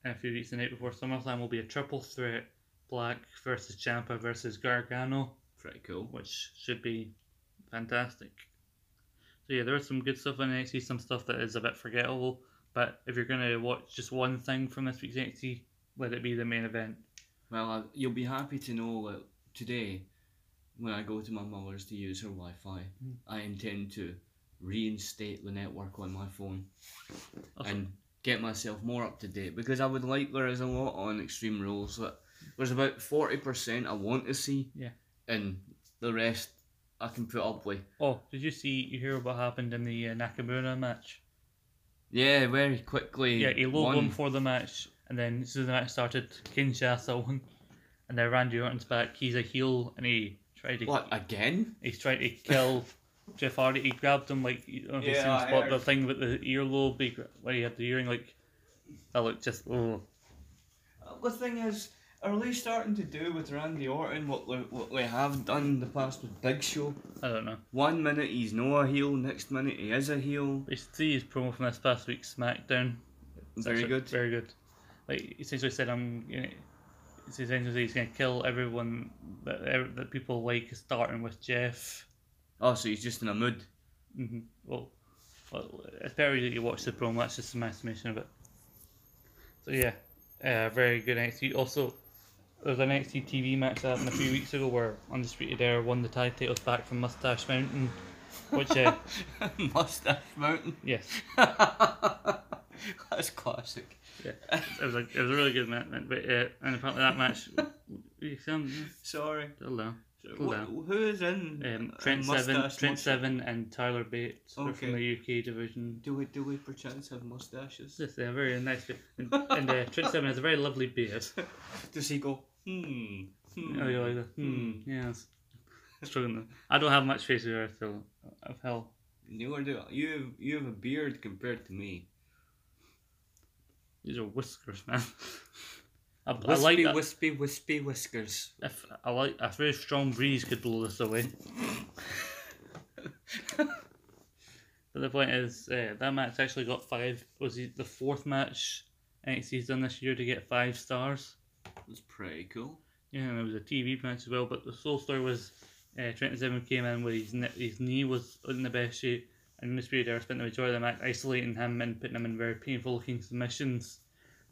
Speaker 1: in a few weeks, the night before SummerSlam, will be a triple threat: Black versus Champa versus Gargano,
Speaker 2: Pretty cool.
Speaker 1: which should be fantastic. So yeah, there is some good stuff in NXT, some stuff that is a bit forgettable. But if you're gonna watch just one thing from this week's NXT, let it be the main event.
Speaker 2: Well, I, you'll be happy to know that today, when I go to my mother's to use her Wi Fi,
Speaker 1: Mm.
Speaker 2: I intend to reinstate the network on my phone
Speaker 1: Also,
Speaker 2: and get myself more up to date because I would like there is a lot on Extreme Rules that there's about 40% I want to see,
Speaker 1: Yeah.
Speaker 2: and the rest I can put up with.
Speaker 1: oh, did you see? You hear what happened in the uh, Nakamura match?
Speaker 2: Yeah, very quickly.
Speaker 1: Yeah, he low
Speaker 2: won.
Speaker 1: one for the match, and then as soon as the match started, Kinshasa [LAUGHS] won, and then Randy Orton's back. He's a heel, and he tried to
Speaker 2: What, again?
Speaker 1: he's trying to kill [LAUGHS] Jeff Hardy. He grabbed him like I don't know if you've
Speaker 2: Yeah,
Speaker 1: seen the
Speaker 2: I
Speaker 1: spot,
Speaker 2: heard.
Speaker 1: the thing with the earlobe he gra- where he had the earring like that looked just oh
Speaker 2: The thing is, are they starting to do with Randy Orton what they, what they have done in the past with Big Show?
Speaker 1: I don't know.
Speaker 2: One minute he's no a heel, next minute he is a heel.
Speaker 1: But you see his promo from this past week's SmackDown. It's
Speaker 2: Very
Speaker 1: actually
Speaker 2: good.
Speaker 1: Very good. Like he essentially said, I'm. You know, it's essentially said he's gonna kill everyone that ev- that people like, starting with Jeff.
Speaker 2: Oh, so he's just in a mood.
Speaker 1: hmm Well, well, it's better that you watch the promo. That's just my summation of it. So yeah, uh, very good NXT. Also, there was an NXT TV match that happened a few weeks ago where Undisputed Era won the tag titles back from Mustache Mountain, which
Speaker 2: [LAUGHS]
Speaker 1: uh,
Speaker 2: Mustache Mountain. [LAUGHS]
Speaker 1: yes,
Speaker 2: That's classic.
Speaker 1: yeah, it was a it was a really good match. But uh, and apparently that match, [LAUGHS] you sound
Speaker 2: Sorry.
Speaker 1: still down. Cool
Speaker 2: Wh-
Speaker 1: down.
Speaker 2: who is in
Speaker 1: Um,
Speaker 2: a
Speaker 1: Trent Seven,
Speaker 2: mustache
Speaker 1: Trent
Speaker 2: motion?
Speaker 1: Seven, and Tyler Bates are
Speaker 2: Okay.
Speaker 1: from the UK division.
Speaker 2: Do we do we perchance have mustaches?
Speaker 1: Yes, they're very nice. bit. And, and
Speaker 2: [LAUGHS]
Speaker 1: uh, Trent Seven has a very lovely beard.
Speaker 2: Does he go? Hmm. hmm.
Speaker 1: Oh, you like that? Hmm. Yes. Struggling. though. I don't have much facial hair, so of hell.
Speaker 2: Neither do I. you. Have, you have a beard compared to me.
Speaker 1: These are whiskers, man. [LAUGHS] I, I
Speaker 2: Wispy,
Speaker 1: like that.
Speaker 2: wispy, wispy whiskers.
Speaker 1: if I like a very strong breeze could blow this away. [LAUGHS] but the point is, uh, that match actually got five. Was it the fourth match NXT's done this year to get five stars?
Speaker 2: That's pretty cool.
Speaker 1: Yeah, and it was a TV match as well. But the sole story was uh, Trent Seven came in with his, kn- his knee was in the best shape, and Undisputed Era spent the majority of the match isolating him and putting him in very painful looking submissions,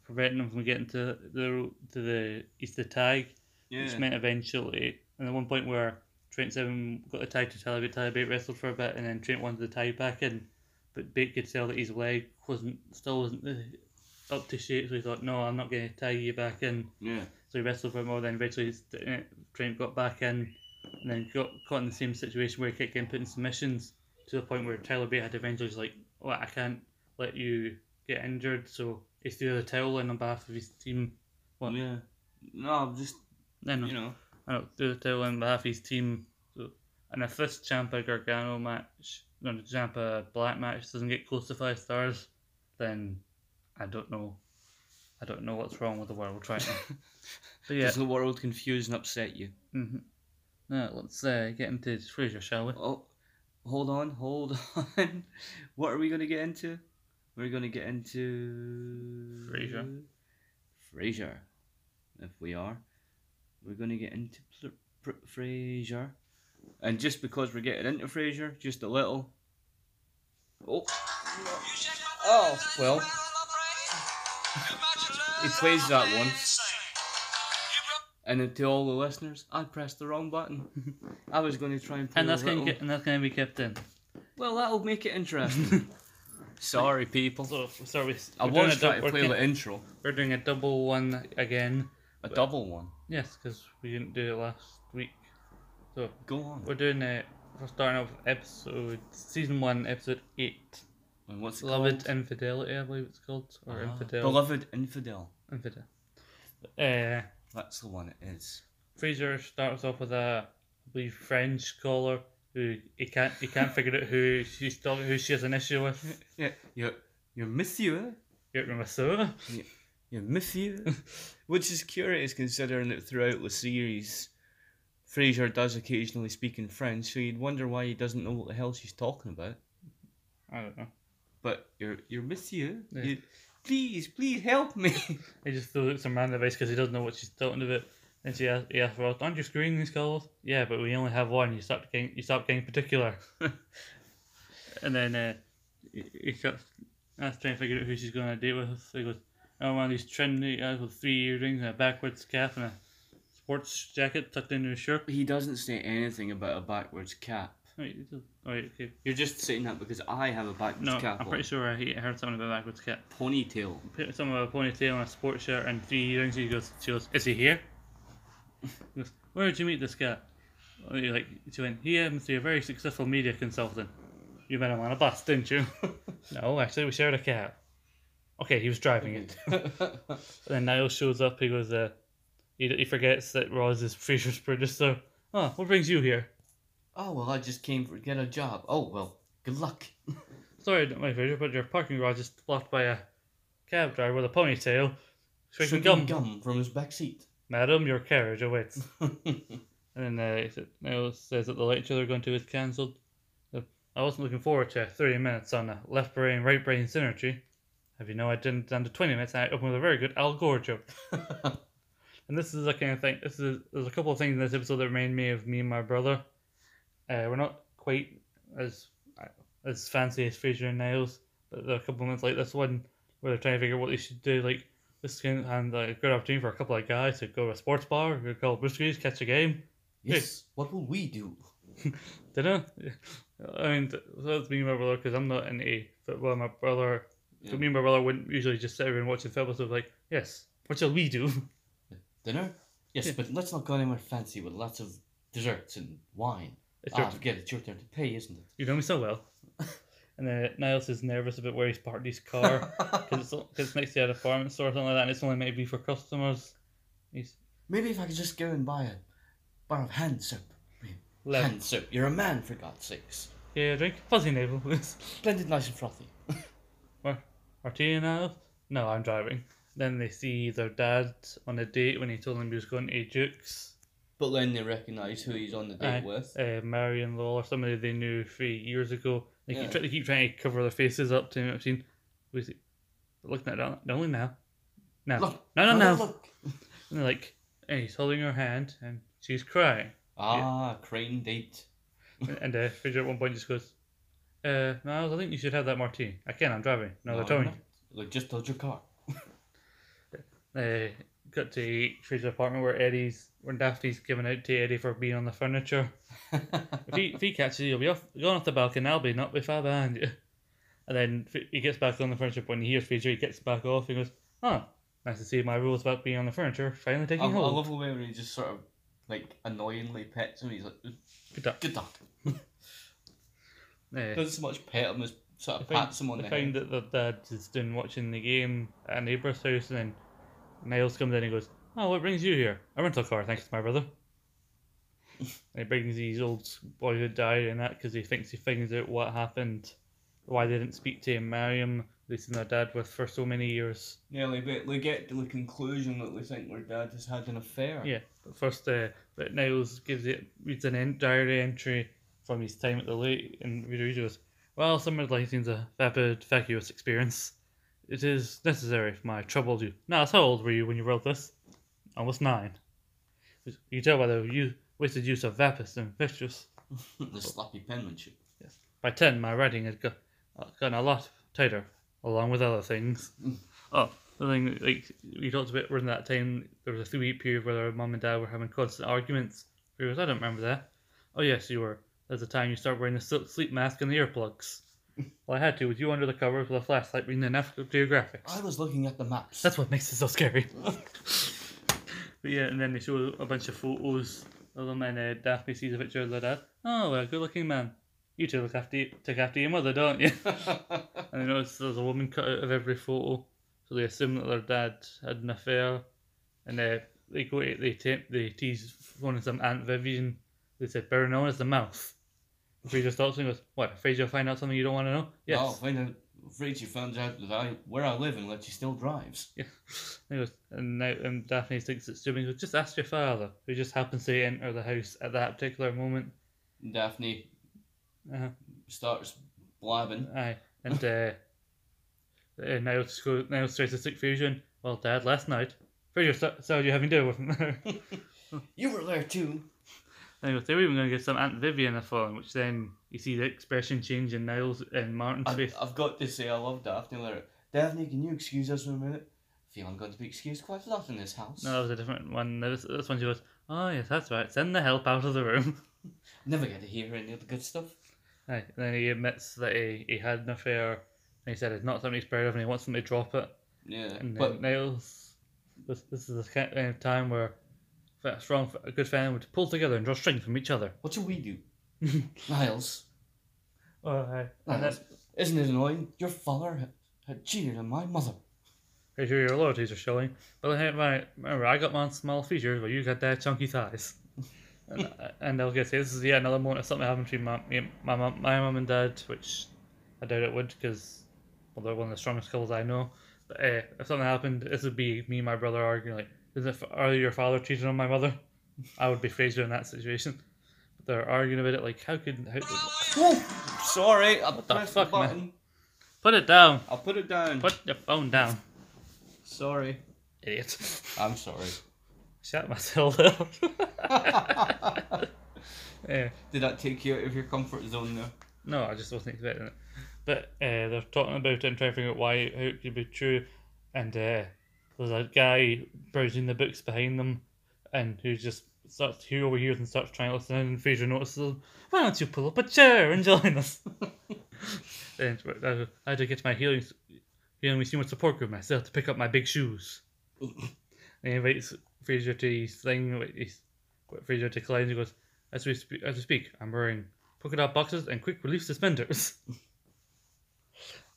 Speaker 1: preventing him from getting to the to the Easter tag,
Speaker 2: Yeah.
Speaker 1: which meant eventually. And at one point where Trent Seven got the tag to Tyler Bate, Tyler Bate wrestled for a bit, and then Trent wanted the tag back in, but Bate could tell that his leg wasn't still wasn't uh, up to shape, so he thought, "No, I'm not going to tag you back in."
Speaker 2: yeah.
Speaker 1: So he wrestled for more, then eventually his uh, Trent got back in and then got caught in the same situation where he kept getting put in submissions to the point where Tyler Bate had eventually was like, oh, I can't let you get injured. So he threw the towel in on behalf of his team. What?
Speaker 2: Yeah. No, I'm just
Speaker 1: No, no,
Speaker 2: you know. [LAUGHS]
Speaker 1: I know, threw Oh, the towel in behalf of his team. So, and if this Champa Gargano match, no, the Champa Black match doesn't get close to five stars, then I don't know. I don't know what's wrong with the world right
Speaker 2: [LAUGHS]
Speaker 1: now. but yeah,
Speaker 2: Does the world confuse and upset you?
Speaker 1: Mm-hmm. Now let's uh, get into Frasier, shall we?
Speaker 2: Oh, hold on, hold on. [LAUGHS] what are we gonna get into? We're gonna get into
Speaker 1: Frasier.
Speaker 2: Frasier. If we are, we're gonna get into pl- pr- Frasier. And just because we're getting into Frasier, just a little. Oh,
Speaker 4: Oh, well.
Speaker 2: He plays that once. and then to all the listeners, I pressed the wrong button. I was going to try and. Play
Speaker 1: And that's
Speaker 2: a
Speaker 1: gonna
Speaker 2: little-
Speaker 1: get, and that's gonna be kept in.
Speaker 2: Well, that'll make it interesting. Sorry, people.
Speaker 1: So sorry, we,
Speaker 2: I
Speaker 1: we're, doing a
Speaker 2: was trying
Speaker 1: dou-
Speaker 2: to
Speaker 1: we're,
Speaker 2: play
Speaker 1: kin-
Speaker 2: the intro,
Speaker 1: we're doing a double one again.
Speaker 2: a double one.
Speaker 1: Yes, because we didn't do it last week. So
Speaker 2: Go on.
Speaker 1: we're doing uh, We're starting off with episode season one, episode eight.
Speaker 2: And what's it
Speaker 1: Beloved
Speaker 2: called?
Speaker 1: infidelity, I believe it's called, or
Speaker 2: Ah,
Speaker 1: infidel.
Speaker 2: Beloved infidel.
Speaker 1: infidel. Uh,
Speaker 2: That's the one it is.
Speaker 1: Fraser starts off with a, I believe, French caller who he can't he can't figure out who she's talking, who she has an issue
Speaker 2: [LAUGHS]
Speaker 1: with.
Speaker 2: Yeah, your your monsieur,
Speaker 1: Get rid of so. [LAUGHS]
Speaker 2: your monsieur, which is curious considering that throughout the series, Fraser does occasionally speak in French, so you'd wonder why he doesn't know what the hell she's talking about.
Speaker 1: I don't know.
Speaker 2: But your your monsieur,
Speaker 1: Yeah.
Speaker 2: you, please, please help me. [LAUGHS]
Speaker 1: He just throws out some random advice because he doesn't know what she's talking about. And she asks, he asks Ross, "Aren't you screening these calls?" Yeah, but we only have one. You start getting you start getting particular. [LAUGHS] and then uh, he, he starts that's trying to figure out who she's going to date with. So he goes, "Oh, one of these trendy guys with three earrings and a backwards cap and a sports jacket tucked into his shirt."
Speaker 2: he doesn't say anything about a backwards cap.
Speaker 1: Wait, you just- oh, wait, okay.
Speaker 2: You're just saying that because I have a backwards
Speaker 1: No,
Speaker 2: cap
Speaker 1: I'm
Speaker 2: on.
Speaker 1: pretty sure I he- I heard something about backwards cap.
Speaker 2: [LAUGHS] Ponytail.
Speaker 1: Put Something about a ponytail and a sports shirt and three earrings. He goes, she goes, is he here? [LAUGHS] He goes, Where did you meet this guy? And you're like, she went, he happens to be a very successful media consultant. You met him on a bus, didn't you? [LAUGHS] no, actually, we shared a cab. Okay, he was driving it. And then Niall shows up. He goes, uh, he, he forgets that Roz is [LAUGHS] Fraser's producer. Oh, what brings you here?
Speaker 2: oh well, I just came for get a job. Oh well, good luck.
Speaker 1: Sorry, not my Fraser, but your parking garage is blocked by a cab driver with a ponytail. Shaking gum.
Speaker 2: Sucking gum from his back
Speaker 1: [LAUGHS]
Speaker 2: seat.
Speaker 1: Madam, your carriage awaits. And then uh, he said- Niall says that the lecture they're going to is cancelled. Uh, I wasn't looking forward to 30 minutes on uh, left brain, right brain synergy. Have you know I didn't under 20 minutes and I opened with a very good Al Gore joke. and this is the kind of thing, this is, there's a couple of things in this episode that remind me of me and my brother. Uh, we're not quite as as fancy as Fraser and Niles, but there are a couple of moments like this one where they're trying to figure out what they should do. Like, this can and like, a good opportunity for a couple of guys to go to a sports bar, go call brewskis, catch a game
Speaker 2: Yes. What will we do?
Speaker 1: [LAUGHS] dinner. I mean, th- so that's me and my brother because I'm not into football. My brother,
Speaker 2: Yeah.
Speaker 1: so me and my brother wouldn't usually just sit around watching football. So like, yes, what shall we do? [LAUGHS]
Speaker 2: Dinner? Yes, but let's not go anywhere fancy with lots of desserts and wine.
Speaker 1: It's
Speaker 2: ah,
Speaker 1: your,
Speaker 2: forget it. It's your turn to pay, isn't
Speaker 1: you know me so well.
Speaker 2: [LAUGHS]
Speaker 1: And then Niles is nervous about where he's parked his
Speaker 2: [LAUGHS]
Speaker 1: car
Speaker 2: it?
Speaker 1: because it's, o- 'cause it's next to a department store or something like that, and it's only meant to be for customers. He's
Speaker 2: Maybe if I could just go and buy a bar of hand soap.
Speaker 1: left.
Speaker 2: Hand soap. You're a man, for God's sakes.
Speaker 1: Yeah, drink fuzzy navel. [LAUGHS]
Speaker 2: Blended nice and frothy.
Speaker 1: Martina Niles? No, I'm driving. Then they see their dad on a date when he told them he was going to Duke's.
Speaker 2: But then they recognise who he's on the
Speaker 1: Aye. uh, Marion Law or somebody they knew three years ago. They
Speaker 2: Yeah.
Speaker 1: keep, try- they keep trying to cover their faces up to I've seen. Was it? Looking at it, only now. Now.
Speaker 2: Look,
Speaker 1: no, no, no.
Speaker 2: Look, look.
Speaker 1: And they're like, and he's holding her hand and she's [LAUGHS] crying.
Speaker 2: Ah, crane date.
Speaker 1: and uh, Fraser at one point just goes, uh, Niles, I think you should have that martini. I can, I'm driving. No, they're towing.
Speaker 2: not. Look, just told your car. [LAUGHS]
Speaker 1: Uh, got to Fraser's apartment where Eddie's, where Daphne's giving out to Eddie for being on the furniture. if he if he catches you, you'll be off going off the balcony. I'll be not be far behind you. And then f- he gets back on the furniture. When he hears Fraser, he gets back off. He goes, "Oh, nice to see my rules about being on the furniture finally
Speaker 2: I,
Speaker 1: taking
Speaker 2: I
Speaker 1: hold."
Speaker 2: love the way when he just sort of like annoyingly pets him. He's like,
Speaker 1: Good luck.
Speaker 2: good luck.
Speaker 1: Eh,
Speaker 2: Doesn't so much pet him as sort
Speaker 1: they
Speaker 2: of
Speaker 1: find,
Speaker 2: pats him on
Speaker 1: they
Speaker 2: the
Speaker 1: find
Speaker 2: head.
Speaker 1: that their dad is doing watching the game at a neighbour's house, and then Niles comes in and goes, "Oh, what brings you here? A rental car, thanks to my
Speaker 2: [LAUGHS]
Speaker 1: brother." and he brings his old boyhood diary and that because he thinks he figures out what happened, why they didn't speak to him, marry him, they've seen their dad with for so many years.
Speaker 2: Yeah, they, get- they get to the conclusion that they think their dad has had an affair.
Speaker 1: Yeah, but first, uh, but Niles gives it reads an en- diary entry from his time at the lake, and Rita Rita goes, "Well, summer's like seems a vapid, vacuous experience. It is necessary for my troubled youth. Now, how old were you when you wrote this? Almost nine. You can tell by the u- wasted use of vapid and vicious.
Speaker 2: [LAUGHS] the sloppy penmanship.
Speaker 1: By ten, my writing had got, uh, gotten a lot tighter, along with other things. oh, the thing like we talked about during that time, there was a three-week period where our mum and dad were having constant arguments. He goes, I don't remember that. Oh yes, you were. There's a time you start wearing the sil- sleep mask and the earplugs. well, I had to with you under the covers with a flashlight reading the National Geographic.
Speaker 2: I was looking at the
Speaker 1: [LAUGHS]
Speaker 2: maps.
Speaker 1: That's what makes it so scary. but yeah, and then they show a bunch of photos of them, and uh, Daphne sees a picture of their dad. Oh, well, good looking man. You two look after you, take after your mother, don't you? [LAUGHS]
Speaker 2: [LAUGHS]
Speaker 1: and they notice there's a woman cut out of every photo, so they assume that their dad had an affair, and uh, they go to, they te- they tease one of them Aunt Vivian. They said better known as the mouth. Fraser stops and goes, "What? Afraid you'll find out something you don't want to know?" Yes.
Speaker 2: Oh, find out. Afraid she found out that I where I live and that she still drives.
Speaker 1: Yeah. And, he goes, and now and Daphne thinks it's stupid. He goes, just ask your father, who just happens to enter the house at that particular moment.
Speaker 2: Daphne
Speaker 1: Uh-huh.
Speaker 2: starts blabbing.
Speaker 1: Aye. And uh, uh, Niles, go, Niles tries to stick fusion. Well, Dad, last night, Fraser saw- saw you having dinner with him there. [LAUGHS] and
Speaker 2: You were there too.
Speaker 1: he goes, they were even going to get some Aunt Vivian a phone, which then you see the expression change in Niles and Martin's
Speaker 2: I,
Speaker 1: face.
Speaker 2: I've got to say, I love Daphne. Lyric. Daphne, can you excuse us for a minute? I feel I'm going to be excused quite a lot in this house.
Speaker 1: No, that was a different one. This, this one she goes, oh, yes, that's right. Send the help out of the room.
Speaker 2: Never get to hear any of the good stuff.
Speaker 1: Aye, and then he admits that he, he had an affair, and he said it's not something he's proud of, and he wants them to drop it.
Speaker 2: Yeah,
Speaker 1: And then
Speaker 2: but
Speaker 1: Niles, this, this is the kind of time where a strong, a good family would pull together and draw strength from each other.
Speaker 2: what do we do?
Speaker 1: [LAUGHS]
Speaker 2: Niles,
Speaker 1: Oh, aye. And then,
Speaker 2: Niles, isn't it annoying? Your father had, had cheated on my mother.
Speaker 1: here's your loyalties are showing. But hey, my, remember, I got mine small features, but you got that chunky thighs. and, uh, and I was going to say, this is yet another moment of something happened between my, me- my, mum- my mum and dad, which I doubt it would, because well, they're one of the strongest couples I know. But uh, if something happened, this would be me and my brother arguing, like, is it, are your father cheating on my mother? I would be Fraser in that situation. But they're arguing about it, like, how could. How,
Speaker 2: Oh, sorry, I
Speaker 1: the
Speaker 2: pressed the,
Speaker 1: fuck, man?
Speaker 2: button.
Speaker 1: put it down!
Speaker 2: I'll put it down.
Speaker 1: Put your phone down,
Speaker 2: Sorry.
Speaker 1: idiot. [LAUGHS]
Speaker 2: I'm sorry. [LAUGHS]
Speaker 1: Shut myself up. [LAUGHS]
Speaker 2: [LAUGHS]
Speaker 1: yeah.
Speaker 2: Did that take you out of your comfort zone there?
Speaker 1: Eh, No, I just wasn't expecting it. But uh, they're talking about it and trying to figure out why how it could be true. And uh, there's a guy browsing the books behind them, and who just starts who overhears and starts trying to listen in. And Fraser notices him. Why don't you pull up a chair and join us? [LAUGHS] and I I had to get my healing healing with human support group myself to pick up my big shoes. and he invites Fraser to his thing. like, He's, Fraser declines. He goes, as we spe- as we speak, I'm wearing polka dot boxes and quick relief suspenders. [LAUGHS]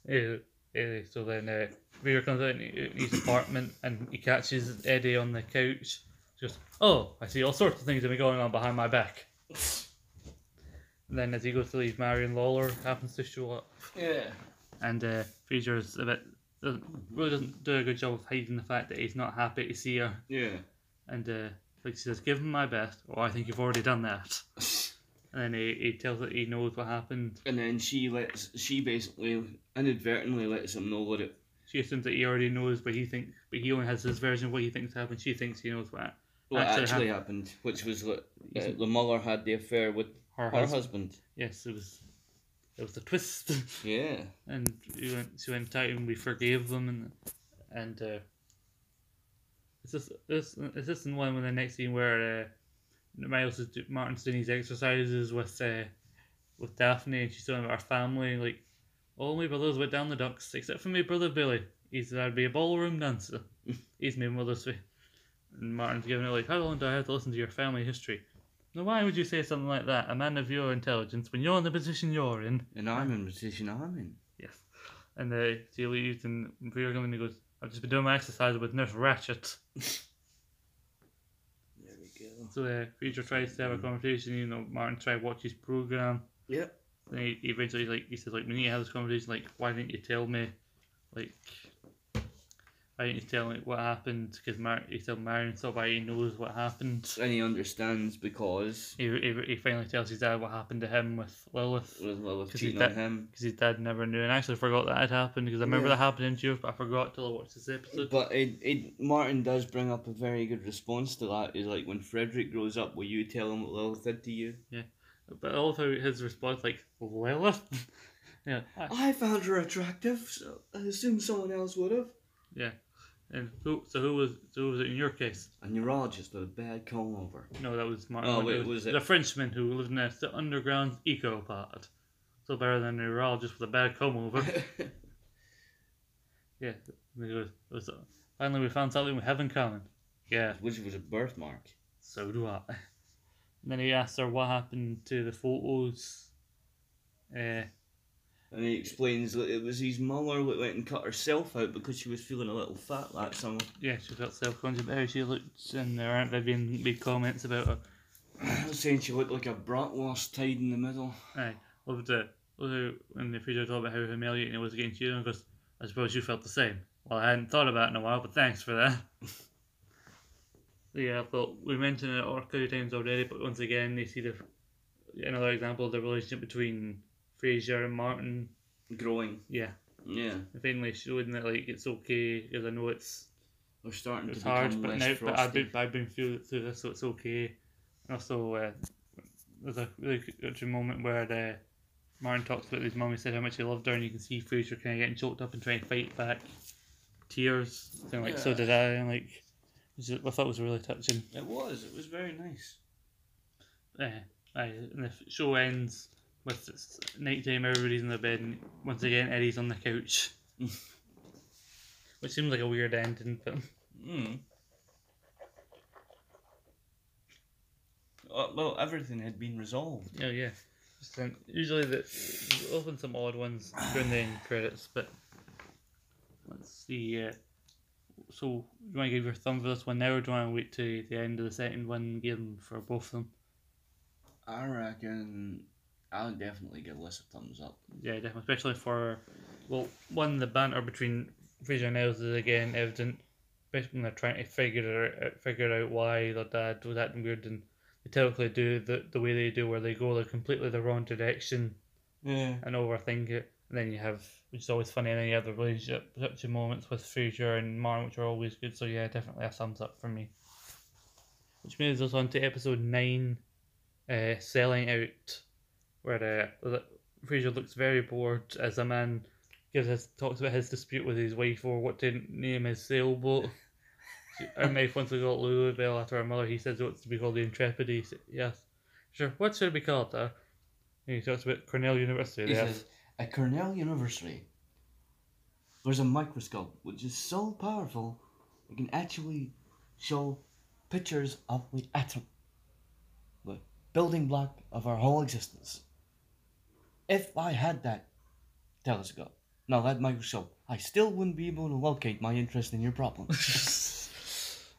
Speaker 1: Eh, eh, so then uh, Vera comes out in in his apartment and he catches Eddie on the couch. Just oh, I see all sorts of things have been going on behind my back. And then as he goes to leave, Marion Lawler happens to show up,
Speaker 2: Yeah.
Speaker 1: and uh, Fraser's a bit doesn't, really doesn't do a good job of hiding the fact that he's not happy to see her.
Speaker 2: Yeah.
Speaker 1: And uh, like she says, give him my best, or I think you've already done that. And then he, he tells that he knows what happened.
Speaker 2: And then she lets she basically inadvertently lets him know what it
Speaker 1: She assumes that he already knows, but he thinks, but he only has his version of what he thinks happened. She thinks he knows what
Speaker 2: what
Speaker 1: Actually
Speaker 2: actually, happened, which was that uh,
Speaker 1: Isn't-
Speaker 2: the Muller had the affair with
Speaker 1: her,
Speaker 2: her
Speaker 1: husband.
Speaker 2: husband.
Speaker 1: Yes, it was. It was a twist, [LAUGHS]
Speaker 2: Yeah.
Speaker 1: and we went. She went out, and we forgave them, and and uh, is this this is this the one when the next scene where uh, Miles is do, Martin's doing his exercises with uh, with Daphne, and she's talking about her family, like all my brothers went down the docks except for my brother Billy. He's I'd be a ballroom dancer. He's my mother's fa- And Martin's giving it like, how long do I have to listen to your family history? Now, why would you say something like that, a man of your intelligence, when you're in the position you're in?
Speaker 2: And I'm in the position I'm in.
Speaker 1: Yes. And uh, she leaves, and Vera comes in and goes, I've just been doing my exercise with Nurse Ratchet.
Speaker 2: There we go.
Speaker 1: So uh, Peter tries to have a conversation, you know, Martin tries to watch his program.
Speaker 2: Yep.
Speaker 1: And he he eventually, like, he says, like, we need to have this conversation, like, why didn't you tell me, like, why didn't you tell me what happened? Because Mar- he told Marion, so why he knows what happened.
Speaker 2: And he understands because
Speaker 1: He, he, he finally tells his dad what happened to him with Lilith.
Speaker 2: with Lilith
Speaker 1: 'Cause he
Speaker 2: cheating
Speaker 1: da-
Speaker 2: on him.
Speaker 1: because his dad never knew, and I actually forgot that had happened because I remember
Speaker 2: Yeah.
Speaker 1: that happening to you, but I forgot till I watched this episode.
Speaker 2: But it, it Martin does bring up a very good response to that. Is like when Frederick grows up, will you tell him what Lilith did to you?
Speaker 1: But also his response, like Lilith, [LAUGHS] yeah, I-
Speaker 2: I found her attractive, so I assume someone else would have.
Speaker 1: yeah. And who? So who was? So who was it in your case?
Speaker 2: A neurologist with a bad comb [LAUGHS] over.
Speaker 1: No, that was Martin.
Speaker 2: Oh,
Speaker 1: Wonder-
Speaker 2: wait, was it-
Speaker 1: the Frenchman who lived in a s- underground eco pod? So better than a neurologist with a bad comb
Speaker 2: [LAUGHS]
Speaker 1: over. yeah. And he goes, "It was, uh, finally, we found something we have in common. Yeah,
Speaker 2: Which was a birthmark.
Speaker 1: so do I. And then he asked her what happened to the photos. Uh,
Speaker 2: And he explains that it was his mother that went and cut herself out because she was feeling a little fat that summer.
Speaker 1: yeah, she felt self conscious about how she looked, and there aren't there been big comments about her.
Speaker 2: Saying she looked like a bratwurst tied in the middle.
Speaker 1: Aye, loved it. Loved it when the preacher talked about how humiliating it was against you, and goes, I suppose you felt the same. Well, I hadn't thought about it in a while, but thanks for that. [LAUGHS] yeah, I thought we mentioned it a few times already, but once again, they see the another example of the relationship between Fraser and Martin.
Speaker 2: Growing.
Speaker 1: Yeah,
Speaker 2: Yeah.
Speaker 1: they finally showing that like it's okay because I know it's
Speaker 2: We're starting
Speaker 1: it's
Speaker 2: to become
Speaker 1: hard, but
Speaker 2: less
Speaker 1: now but I've
Speaker 2: frosty.
Speaker 1: been I've been through through this, so it's okay. And also, uh, there's a really interesting moment where the Martin talks about his mum. He said how much he loved her, and you can see Fraser kind of getting choked up and trying to fight back tears. And like, so
Speaker 2: Yeah.
Speaker 1: did I. And like, which is- I thought was really touching.
Speaker 2: It was. It was very nice.
Speaker 1: Uh, aye, and the f- show ends with it's nighttime. Everybody's in their bed, and once again, Eddie's on the couch. [LAUGHS] Which seems like a weird ending, but Hmm.
Speaker 2: Mm. Uh, well, everything had been resolved.
Speaker 1: Oh yeah. Just think- Usually the often some odd ones during the end credits, but let's see. Uh, so do you want to give your thumb for this one now, or do you want to wait to the end of the second one and give them for both of them?
Speaker 2: I reckon I'll definitely give this a thumbs up.
Speaker 1: Yeah, definitely. Especially for well, one the banter between Fraser and Niles is again evident, especially when they're trying to figure it out, uh, figure out why their dad was acting weird, and they typically do the the way they do, where they go the completely the wrong direction.
Speaker 2: Yeah.
Speaker 1: and overthink it. And then you have, which is always funny, and then you have the relationship such moments with Fraser and Martin, which are always good. So yeah, definitely a thumbs up for me. Which moves us on to episode nine, uh, selling out, where uh, Fraser looks very bored as a man gives his talks about his dispute with his wife over what to name his sailboat. [LAUGHS] Our mate once we got Louisville after our mother, he says what's to be called the Intrepid. He said, yes, sure. What should it be called, though? And he talks about Cornell University.
Speaker 2: He
Speaker 1: they have-
Speaker 2: says, at Cornell University, there's a microscope which is so powerful it can actually show pictures of the atom, the building block of our whole existence. If I had that telescope, no, that microscope, I still wouldn't be able to locate my interest in
Speaker 1: [LAUGHS]
Speaker 2: your problem.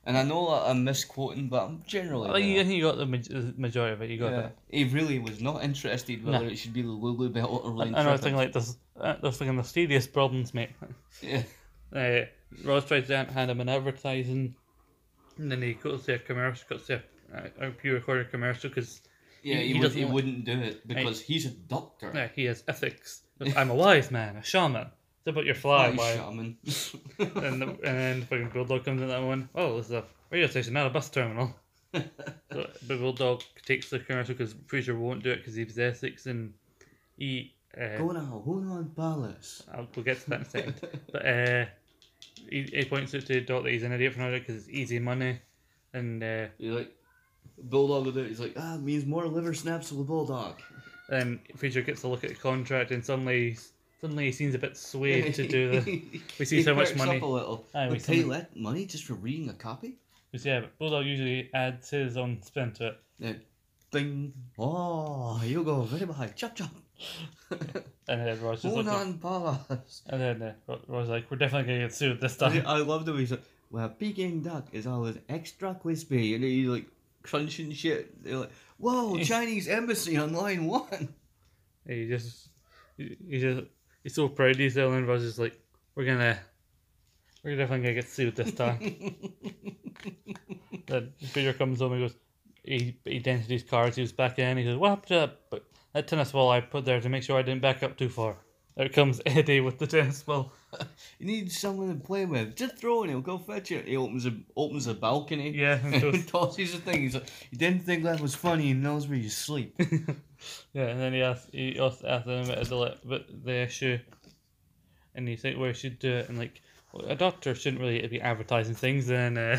Speaker 2: and I know that I'm misquoting, but I'm generally.
Speaker 1: Well, you, I
Speaker 2: there.
Speaker 1: think you got the maj- the majority of it. You got
Speaker 2: Yeah.
Speaker 1: that.
Speaker 2: He really was not interested whether it should be the Lulu Belt or the
Speaker 1: And another
Speaker 2: Intrepid.
Speaker 1: thing like this, uh, this thing, the serious problems, mate. [LAUGHS]
Speaker 2: Yeah.
Speaker 1: Uh, Ross tries to hand him an advertising, and then he goes to a commercial, goes to a, a, uh, pure recorded commercial because
Speaker 2: Yeah,
Speaker 1: He-
Speaker 2: he,
Speaker 1: he
Speaker 2: would,
Speaker 1: doesn't
Speaker 2: he
Speaker 1: like-
Speaker 2: wouldn't do it because he's a doctor.
Speaker 1: uh, he has ethics. Goes, I'm a wise man, a shaman. It's about your fly,
Speaker 2: He's
Speaker 1: why?
Speaker 2: [LAUGHS] shaman.
Speaker 1: and, the, and then the fucking bulldog comes in that one. Oh, this is a radio station, not a bus terminal. so, but bulldog takes the commercial because Fraser won't do it because he was ethics and he. Uh,
Speaker 2: [LAUGHS] Go now, hold on, Palace.
Speaker 1: I'll, we'll get to that in a
Speaker 2: [LAUGHS]
Speaker 1: second. But uh, he, he points out to Dot that he's an idiot for not because it's easy money, and uh,
Speaker 2: He's like, Bulldog will do it. He's like, ah, means more liver snaps to the [LAUGHS] Bulldog.
Speaker 1: then um, Fraser gets a look at the contract, and suddenly he's- suddenly he seems a bit swayed to do
Speaker 2: [LAUGHS]
Speaker 1: the. we see
Speaker 2: He
Speaker 1: so much
Speaker 2: perks up
Speaker 1: money.
Speaker 2: a little.
Speaker 1: Aye, we
Speaker 2: they
Speaker 1: see
Speaker 2: pay
Speaker 1: money.
Speaker 2: that money just for reading a copy?
Speaker 1: Because yeah, but Bulldog usually adds his own spin to it.
Speaker 2: Yeah. Ding. Oh, you go very high. Chop [LAUGHS] chop.
Speaker 1: And then Roy's just
Speaker 2: Hold
Speaker 1: looking,
Speaker 2: on, Palace.
Speaker 1: and then uh, Ro- Roy's like, "We're definitely gonna get sued this
Speaker 2: I,
Speaker 1: time."
Speaker 2: I love the way he's like, well, Peking duck is always extra crispy. And he's like, crunching shit. They're like, [LAUGHS] whoa, Chinese embassy on line one. [LAUGHS]
Speaker 1: He just, he he just, he's so proud of himself, and Roy's just like, "We're gonna." We're definitely gonna get sued this time. Then Peter comes home and goes, he, he dented his cards, he was back in, he goes, what happened to that, but that tennis ball I put there to make sure I didn't back up too far? There comes [LAUGHS] Eddie with the tennis ball.
Speaker 2: You need someone to play with. Just throw it. He'll go fetch it. He opens a opens a balcony. [LAUGHS]
Speaker 1: Yeah, and goes-
Speaker 2: and tosses the thing. He's like, you didn't think that was funny. He knows where you [LAUGHS] sleep.
Speaker 1: Yeah, and then he asked, he also asked him about the, li- about the issue, and he's like, well, I should do it, and like, well, a doctor shouldn't really be advertising things, and uh,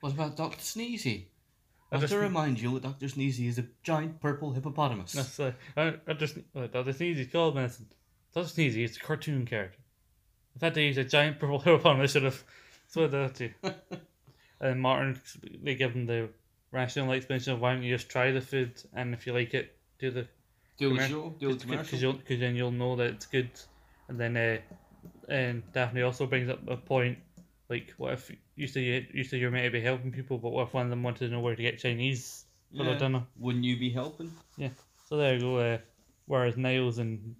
Speaker 2: what about Doctor Sneezy?
Speaker 1: I
Speaker 2: I have
Speaker 1: just-
Speaker 2: to remind you that Doctor Sneezy is a giant purple hippopotamus.
Speaker 1: that's like, I, I just, like, Dr. Sneezy's called medicine. Dr. Sneezy is a cartoon character. The fact that he's a giant purple [LAUGHS] hippopotamus should have, so that too. and Martin, they give him the rational explanation of why don't you just try the food and if you like it, do the
Speaker 2: Do a
Speaker 1: Commer-
Speaker 2: show, do a
Speaker 1: because
Speaker 2: commercial.
Speaker 1: you'll because then you'll know that it's good. And then uh, and Daphne also brings up a point like what if you say you, you say you're meant to be helping people, but what if one of them wanted to know where to get Chinese for
Speaker 2: Yeah.
Speaker 1: their dinner?
Speaker 2: Wouldn't you be helping?
Speaker 1: So there you go. Uh, whereas Niles and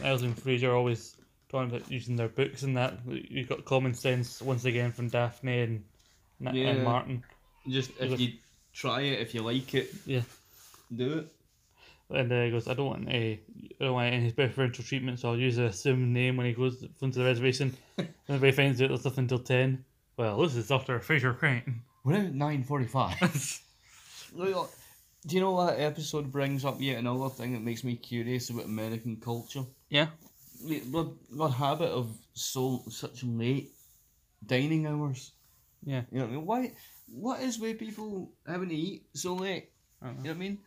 Speaker 1: Niles and Fraser are always talking about using their books and that you got common sense once again from Daphne and Na-
Speaker 2: Yeah.
Speaker 1: and Martin.
Speaker 2: Just if
Speaker 1: Look.
Speaker 2: you try it, if you like it,
Speaker 1: Yeah.
Speaker 2: do it.
Speaker 1: And uh, he goes, I don't want a, I don't want any preferential treatment, so I'll use an assumed name when he goes into the reservation. and everybody finds out there's nothing until ten. Well, this is Doctor Fraser Crane. [LAUGHS] Mm-hmm,
Speaker 3: We're out at nine forty-five.
Speaker 2: Look, Do you know what episode brings up yet another thing that makes me curious about American culture?
Speaker 1: Yeah.
Speaker 2: The- Their, their habit of so such late dining hours.
Speaker 1: Yeah.
Speaker 2: You know what I mean? Why? What is with people having to eat so late?
Speaker 1: I don't
Speaker 2: You know what I mean?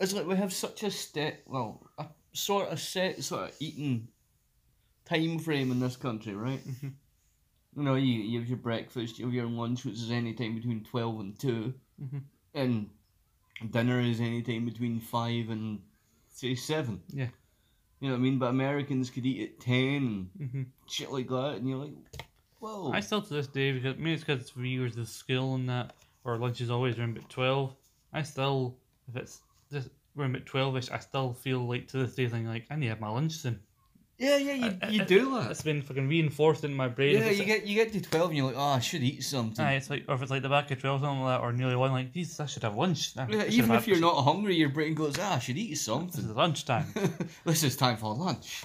Speaker 2: It's like we have such a set, well, a sort of set sort of eating time frame in this country, right?
Speaker 1: Mhm.
Speaker 2: You know, you, you have your breakfast, you have your lunch, which is any time between 12 and 2,
Speaker 1: Mhm.
Speaker 2: and dinner is any time between 5 and, say, 7.
Speaker 1: Yeah.
Speaker 2: You know what I mean? But Americans could eat at 10 and
Speaker 1: hmm
Speaker 2: shit like that, and you're like, whoa.
Speaker 1: I still to this day because maybe it's because we use the skill and that, or lunch is always around about twelve. I still, if it's just around about twelve-ish, I still feel like to this day thing like I need to have my lunch soon.
Speaker 2: yeah, yeah, you,
Speaker 1: I- I-
Speaker 2: you do that.
Speaker 1: It's been fucking reinforced in my brain. If
Speaker 2: Yeah,
Speaker 1: it's-
Speaker 2: you get you get to 12 and you're like, oh, I should eat something.
Speaker 1: Aye, it's like or if it's like the back of twelve something like that, or nearly one like these. I should have lunch. I
Speaker 2: Yeah,
Speaker 1: should
Speaker 2: even
Speaker 1: have
Speaker 2: if
Speaker 1: had-
Speaker 2: you're not hungry, your brain goes, ah, I should
Speaker 1: [LAUGHS]
Speaker 2: eat
Speaker 1: This
Speaker 2: something. [LAUGHS]
Speaker 1: is lunchtime.
Speaker 2: this is time for lunch.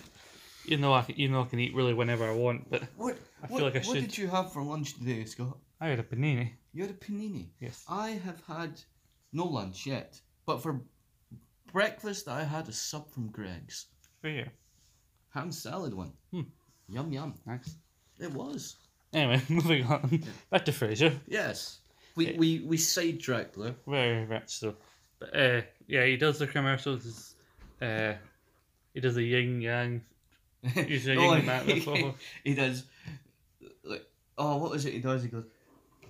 Speaker 1: you know, I can, you know, I can eat really whenever I want, but
Speaker 2: What,
Speaker 1: I feel
Speaker 2: what,
Speaker 1: like I
Speaker 2: what
Speaker 1: should.
Speaker 2: did you have for lunch today, Scott?
Speaker 1: I had a panini.
Speaker 2: You had a panini.
Speaker 1: Yes.
Speaker 2: I have had no lunch yet, but for breakfast, I had a sub from Greg's.
Speaker 1: For you.
Speaker 2: Ham salad one.
Speaker 1: Hmm.
Speaker 2: Yum, yum.
Speaker 1: Nice.
Speaker 2: It was.
Speaker 1: Anyway, [LAUGHS] moving on. Back to Fraser.
Speaker 2: Yes. We,
Speaker 1: It-
Speaker 2: we, we
Speaker 1: [LAUGHS]
Speaker 2: sidetracked there.
Speaker 1: very rich though. But uh, yeah, he does the commercials. Is, uh, he does the yin yang. Usually
Speaker 2: No,
Speaker 1: yin and [LAUGHS] that. That's
Speaker 2: he,
Speaker 1: all.
Speaker 2: [LAUGHS] he does. Like, oh, what is it he does? He goes,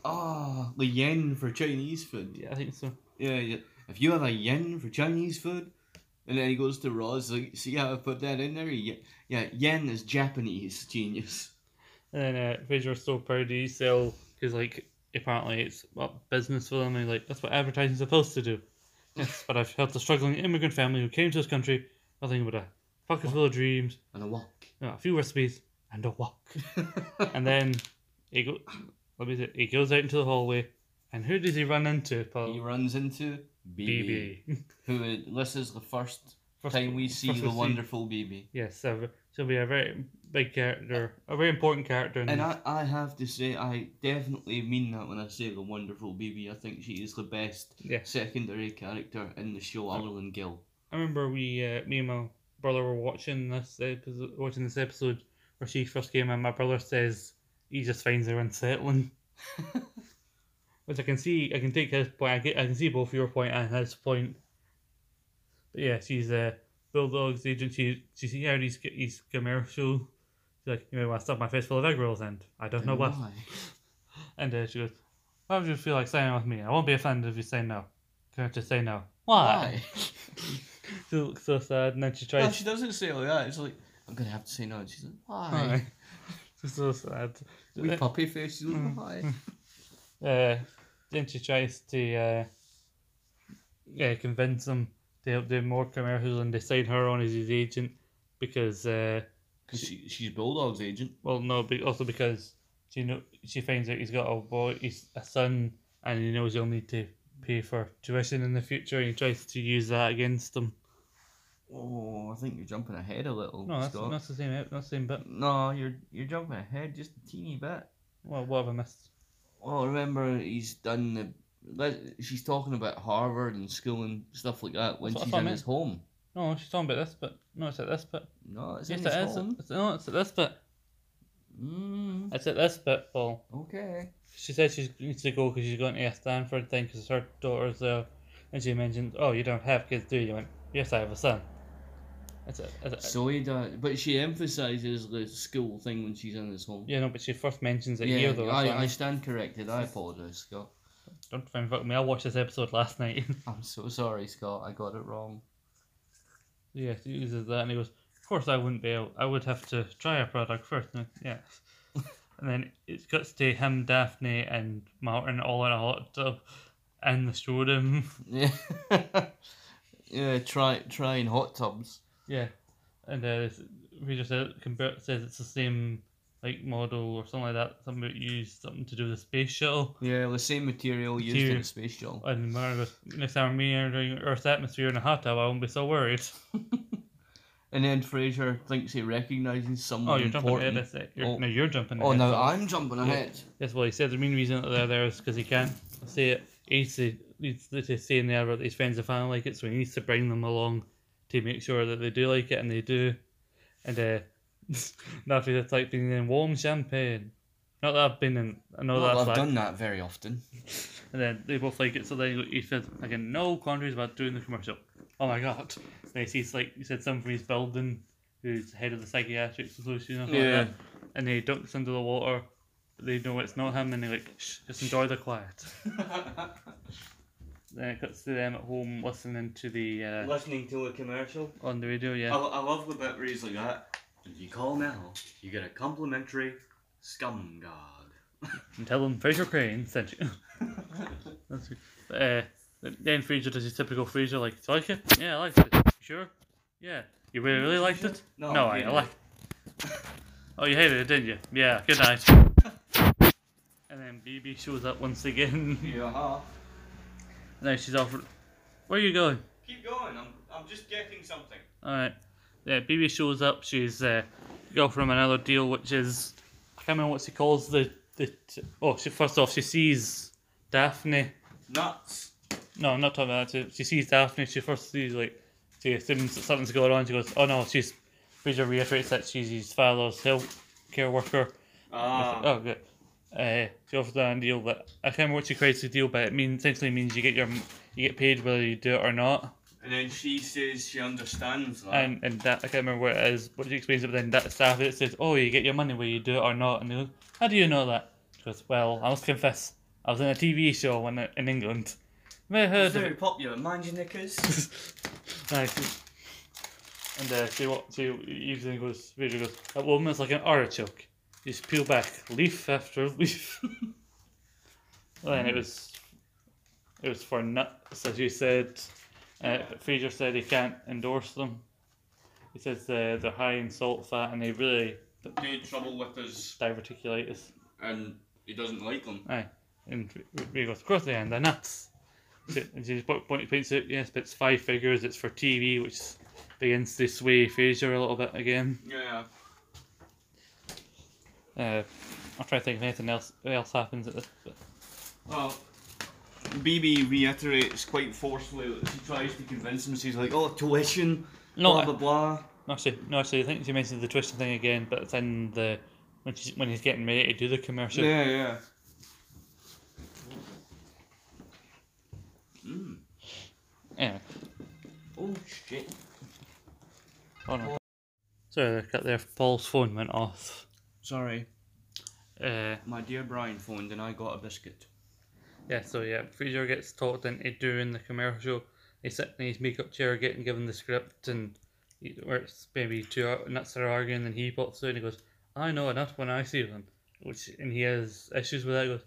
Speaker 2: ah, the yen for Chinese food.
Speaker 1: Yeah, I think so.
Speaker 2: Yeah, yeah. If you have a yen for Chinese food, and then he goes to Roz, like, see how I put that in there? Yeah, yeah yen is Japanese genius.
Speaker 1: And then uh, Fraser was so proud he sell because like apparently it's what business for them. And like that's what advertising's supposed to do. Yes, but I've helped a struggling immigrant family who came to this country, nothing but a pocket full of dreams,
Speaker 2: And a walk.
Speaker 1: you know, a few recipes, and a [LAUGHS] walk. And then he go, what is it? He goes out into the hallway, and who does he run into? Paul?
Speaker 2: he runs into BB,
Speaker 1: BB.
Speaker 2: who this is the first,
Speaker 1: First-
Speaker 2: time we see
Speaker 1: first
Speaker 2: the wonderful BB.
Speaker 1: Yes, so she'll be a very big character, a very important character. In
Speaker 2: And
Speaker 1: this.
Speaker 2: I, I have to say, I definitely mean that when I say the wonderful BB. I think she is the best
Speaker 1: Yeah.
Speaker 2: secondary character in the show, other than Gil.
Speaker 1: I remember we, uh, me and my brother were watching this episode, watching this episode where she first came, and my brother says he just finds her
Speaker 2: [LAUGHS]
Speaker 1: unsettling. Which I can see, I can take his point. I can, I can see both your point and his point. But yeah, she's a bulldog's agent. She she's yeah, he's he's commercial. She's like, you know, I stuffed my face full of egg rolls, and I don't know what.
Speaker 2: Why?
Speaker 1: And uh, she goes, Why would you feel like signing with me? I won't be offended if you say no. Can I just say no? Why?
Speaker 2: Why?
Speaker 1: [LAUGHS] she looks so sad, and then she
Speaker 2: No,
Speaker 1: tries.
Speaker 2: she doesn't say it like that. It's like, I'm going to have to say no. And she's like, why?
Speaker 1: [LAUGHS] Why? She's so sad.
Speaker 2: We
Speaker 1: Uh,
Speaker 2: puppy faces.
Speaker 1: Mm.
Speaker 2: Why?
Speaker 1: uh, then she tries to uh, yeah, convince him to help do more commercials and they sign her on as his agent because, uh,
Speaker 2: Because she, she's Bulldog's agent.
Speaker 1: well, no, but also because she know she finds out he's got a boy, he's a son, and he knows he'll need to pay for tuition in the future, and he tries to use that against him.
Speaker 2: Oh, I think you're jumping ahead a little,
Speaker 1: No, that's,
Speaker 2: Scott.
Speaker 1: that's the same. eh? That's the same bit.
Speaker 2: No, you're you're jumping ahead just a teeny bit.
Speaker 1: Well, what have I missed?
Speaker 2: Well, Oh, remember he's done the. let- She's talking about Harvard and school and stuff like that when
Speaker 1: That's what I
Speaker 2: she's
Speaker 1: thought,
Speaker 2: in
Speaker 1: mate.
Speaker 2: his home.
Speaker 1: No, she's talking about this bit. No, it's at this bit.
Speaker 2: No, it's
Speaker 1: yes,
Speaker 2: in his
Speaker 1: it is.
Speaker 2: home.
Speaker 1: It's, no, it's at this bit.
Speaker 2: Mm,
Speaker 1: It's at this bit, Paul.
Speaker 2: okay.
Speaker 1: She said she needs to go because she's going to a Stanford thing because her daughter's there. And she mentioned, oh, you don't have kids, do you? I went, yes, I have a son. That's it. That's it.
Speaker 2: So he does, but she emphasizes the school thing when she's in his home.
Speaker 1: yeah, no, but she first mentions it here, though. that's
Speaker 2: I,
Speaker 1: what I
Speaker 2: I
Speaker 1: mean.
Speaker 2: stand corrected. I apologize, Scott.
Speaker 1: Don't try and fuck me. I watched this episode last night. [LAUGHS]
Speaker 2: I'm so sorry, Scott. I got it wrong. [LAUGHS]
Speaker 1: yeah, he uses that and he goes, Of course, I wouldn't be able, I would have to try a product first. And I- yeah.
Speaker 2: [LAUGHS]
Speaker 1: and then it cuts to him, Daphne, and Martin all in a hot tub in the
Speaker 2: [LAUGHS]
Speaker 1: showroom.
Speaker 2: Yeah. yeah. Try trying hot tubs.
Speaker 1: Yeah, and uh, we just said Convert says it's the same like model or something like that. Somebody used something to do with the space shuttle,
Speaker 2: Yeah, the same material used in
Speaker 1: Material.
Speaker 2: a space shuttle.
Speaker 1: and Mara goes, "Next time I'm entering Earth's atmosphere in a hot tub, I won't be so worried."
Speaker 2: And then Fraser thinks he recognizes someone
Speaker 1: Oh, you're
Speaker 2: important.
Speaker 1: jumping ahead. That's it. You're,
Speaker 2: Oh.
Speaker 1: No, you're jumping
Speaker 2: oh
Speaker 1: ahead.
Speaker 2: no,
Speaker 1: sorry.
Speaker 2: I'm jumping ahead.
Speaker 1: Yes, well, he said the main reason that they're there is because he can't say it. He needs to, needs to say in there that his friends and family like it, so he needs to bring them along to make sure that they do like it, and they do. And uh, [LAUGHS] after that's like being in warm champagne. Not that I've been in, I know
Speaker 2: Well,
Speaker 1: that's
Speaker 2: I've
Speaker 1: like,
Speaker 2: done that very often.
Speaker 1: and then they both like it, so then he said, again, no quandaries about doing the commercial. Oh my god. Then he sees, like, he said something from his building, who's head of the psychiatric association or something
Speaker 2: Yeah.
Speaker 1: like that, and he ducks under the water, but they know it's not him, and they're like, shh, just enjoy the quiet. then it cuts to them at home listening to the, uh,
Speaker 2: Listening to a commercial.
Speaker 1: on the radio, yeah.
Speaker 2: I love the bit where he's like that. If you call now, you get a complimentary scum guard.
Speaker 1: and tell them Fraser Crane [LAUGHS] sent
Speaker 2: [LAUGHS]
Speaker 1: you. That's it. But, uh, then Fraser does his typical Fraser, like, do you like it? Yeah, I liked it. You sure? Yeah. You really, really liked it?
Speaker 2: [LAUGHS] No,
Speaker 1: no
Speaker 2: I
Speaker 1: I, I
Speaker 2: hated
Speaker 1: like [LAUGHS] Oh, you hated it, didn't you? Yeah, good night.
Speaker 2: [LAUGHS]
Speaker 1: and then BB shows up once again.
Speaker 2: Yeah. huh
Speaker 1: [LAUGHS] now she's offered, where are you going?
Speaker 2: Keep going. I'm, I'm just getting something.
Speaker 1: Alright. Yeah, BB shows up. She's uh, got from another deal, which is I can't remember what she calls the the. T- oh, she first off she sees Daphne.
Speaker 2: Nuts.
Speaker 1: No, I'm not talking about that. She, she sees Daphne. She first sees like she assumes that something's going on. She goes, "Oh no!" She's Bridger reiterates that she's his father's health care worker.
Speaker 2: Ah.
Speaker 1: Oh, good. Uh, she offers that deal, but I can't remember what she creates the deal. But it means essentially means you get your you get paid whether you do it or not.
Speaker 2: And then she says she understands that.
Speaker 1: And and that I can't remember what it is, but she explains it. But then that staff it says, "Oh, you get your money whether you do it or not." And they go, "How do you know that?" She goes, "Well, I must confess, I was in a TV show when I- in England. You may have heard
Speaker 2: It's
Speaker 1: of it."
Speaker 2: very popular. Mind your knickers. [LAUGHS]
Speaker 1: nice. And uh, she what she usually goes Rachel goes, That woman is like an artichoke. You just peel back leaf after leaf. [LAUGHS] well, then it was it was for nuts, as you said. Uh, but Fraser said he can't endorse them. He says uh, they're high in salt, fat, and they really
Speaker 2: Dude, trouble with us,
Speaker 1: diverticulitis.
Speaker 2: and he doesn't like them.
Speaker 1: And we goes, of course they are, they're nuts. So- And she just point, point, points out, yes, but it's five figures, it's for TV, which begins to sway Fraser a little bit again.
Speaker 2: Yeah.
Speaker 1: Uh, I'll try to think if anything else else happens at this. But
Speaker 2: Well, BB reiterates quite forcefully that she tries to convince him. She's like, "Oh, tuition,
Speaker 1: no,
Speaker 2: blah blah blah."
Speaker 1: I- actually, no, actually, I think she mentioned the tuition thing again, but it's in the when she's when he's getting ready to do the commercial.
Speaker 2: Yeah, yeah. Mm.
Speaker 1: Anyway,
Speaker 2: Oh shit.
Speaker 1: oh no. Sorry, I cut there. Paul's phone went off.
Speaker 2: Sorry,
Speaker 1: Uh,
Speaker 2: my dear Brian phoned and I got a biscuit.
Speaker 1: Yeah, so yeah, Fraser gets talked into doing the commercial. He's sitting in his makeup chair, getting given the script, and he- where it's maybe two ar- nuts are arguing, and he pops out and he goes, "I know a nut when I see one," which and he has issues with that. He goes,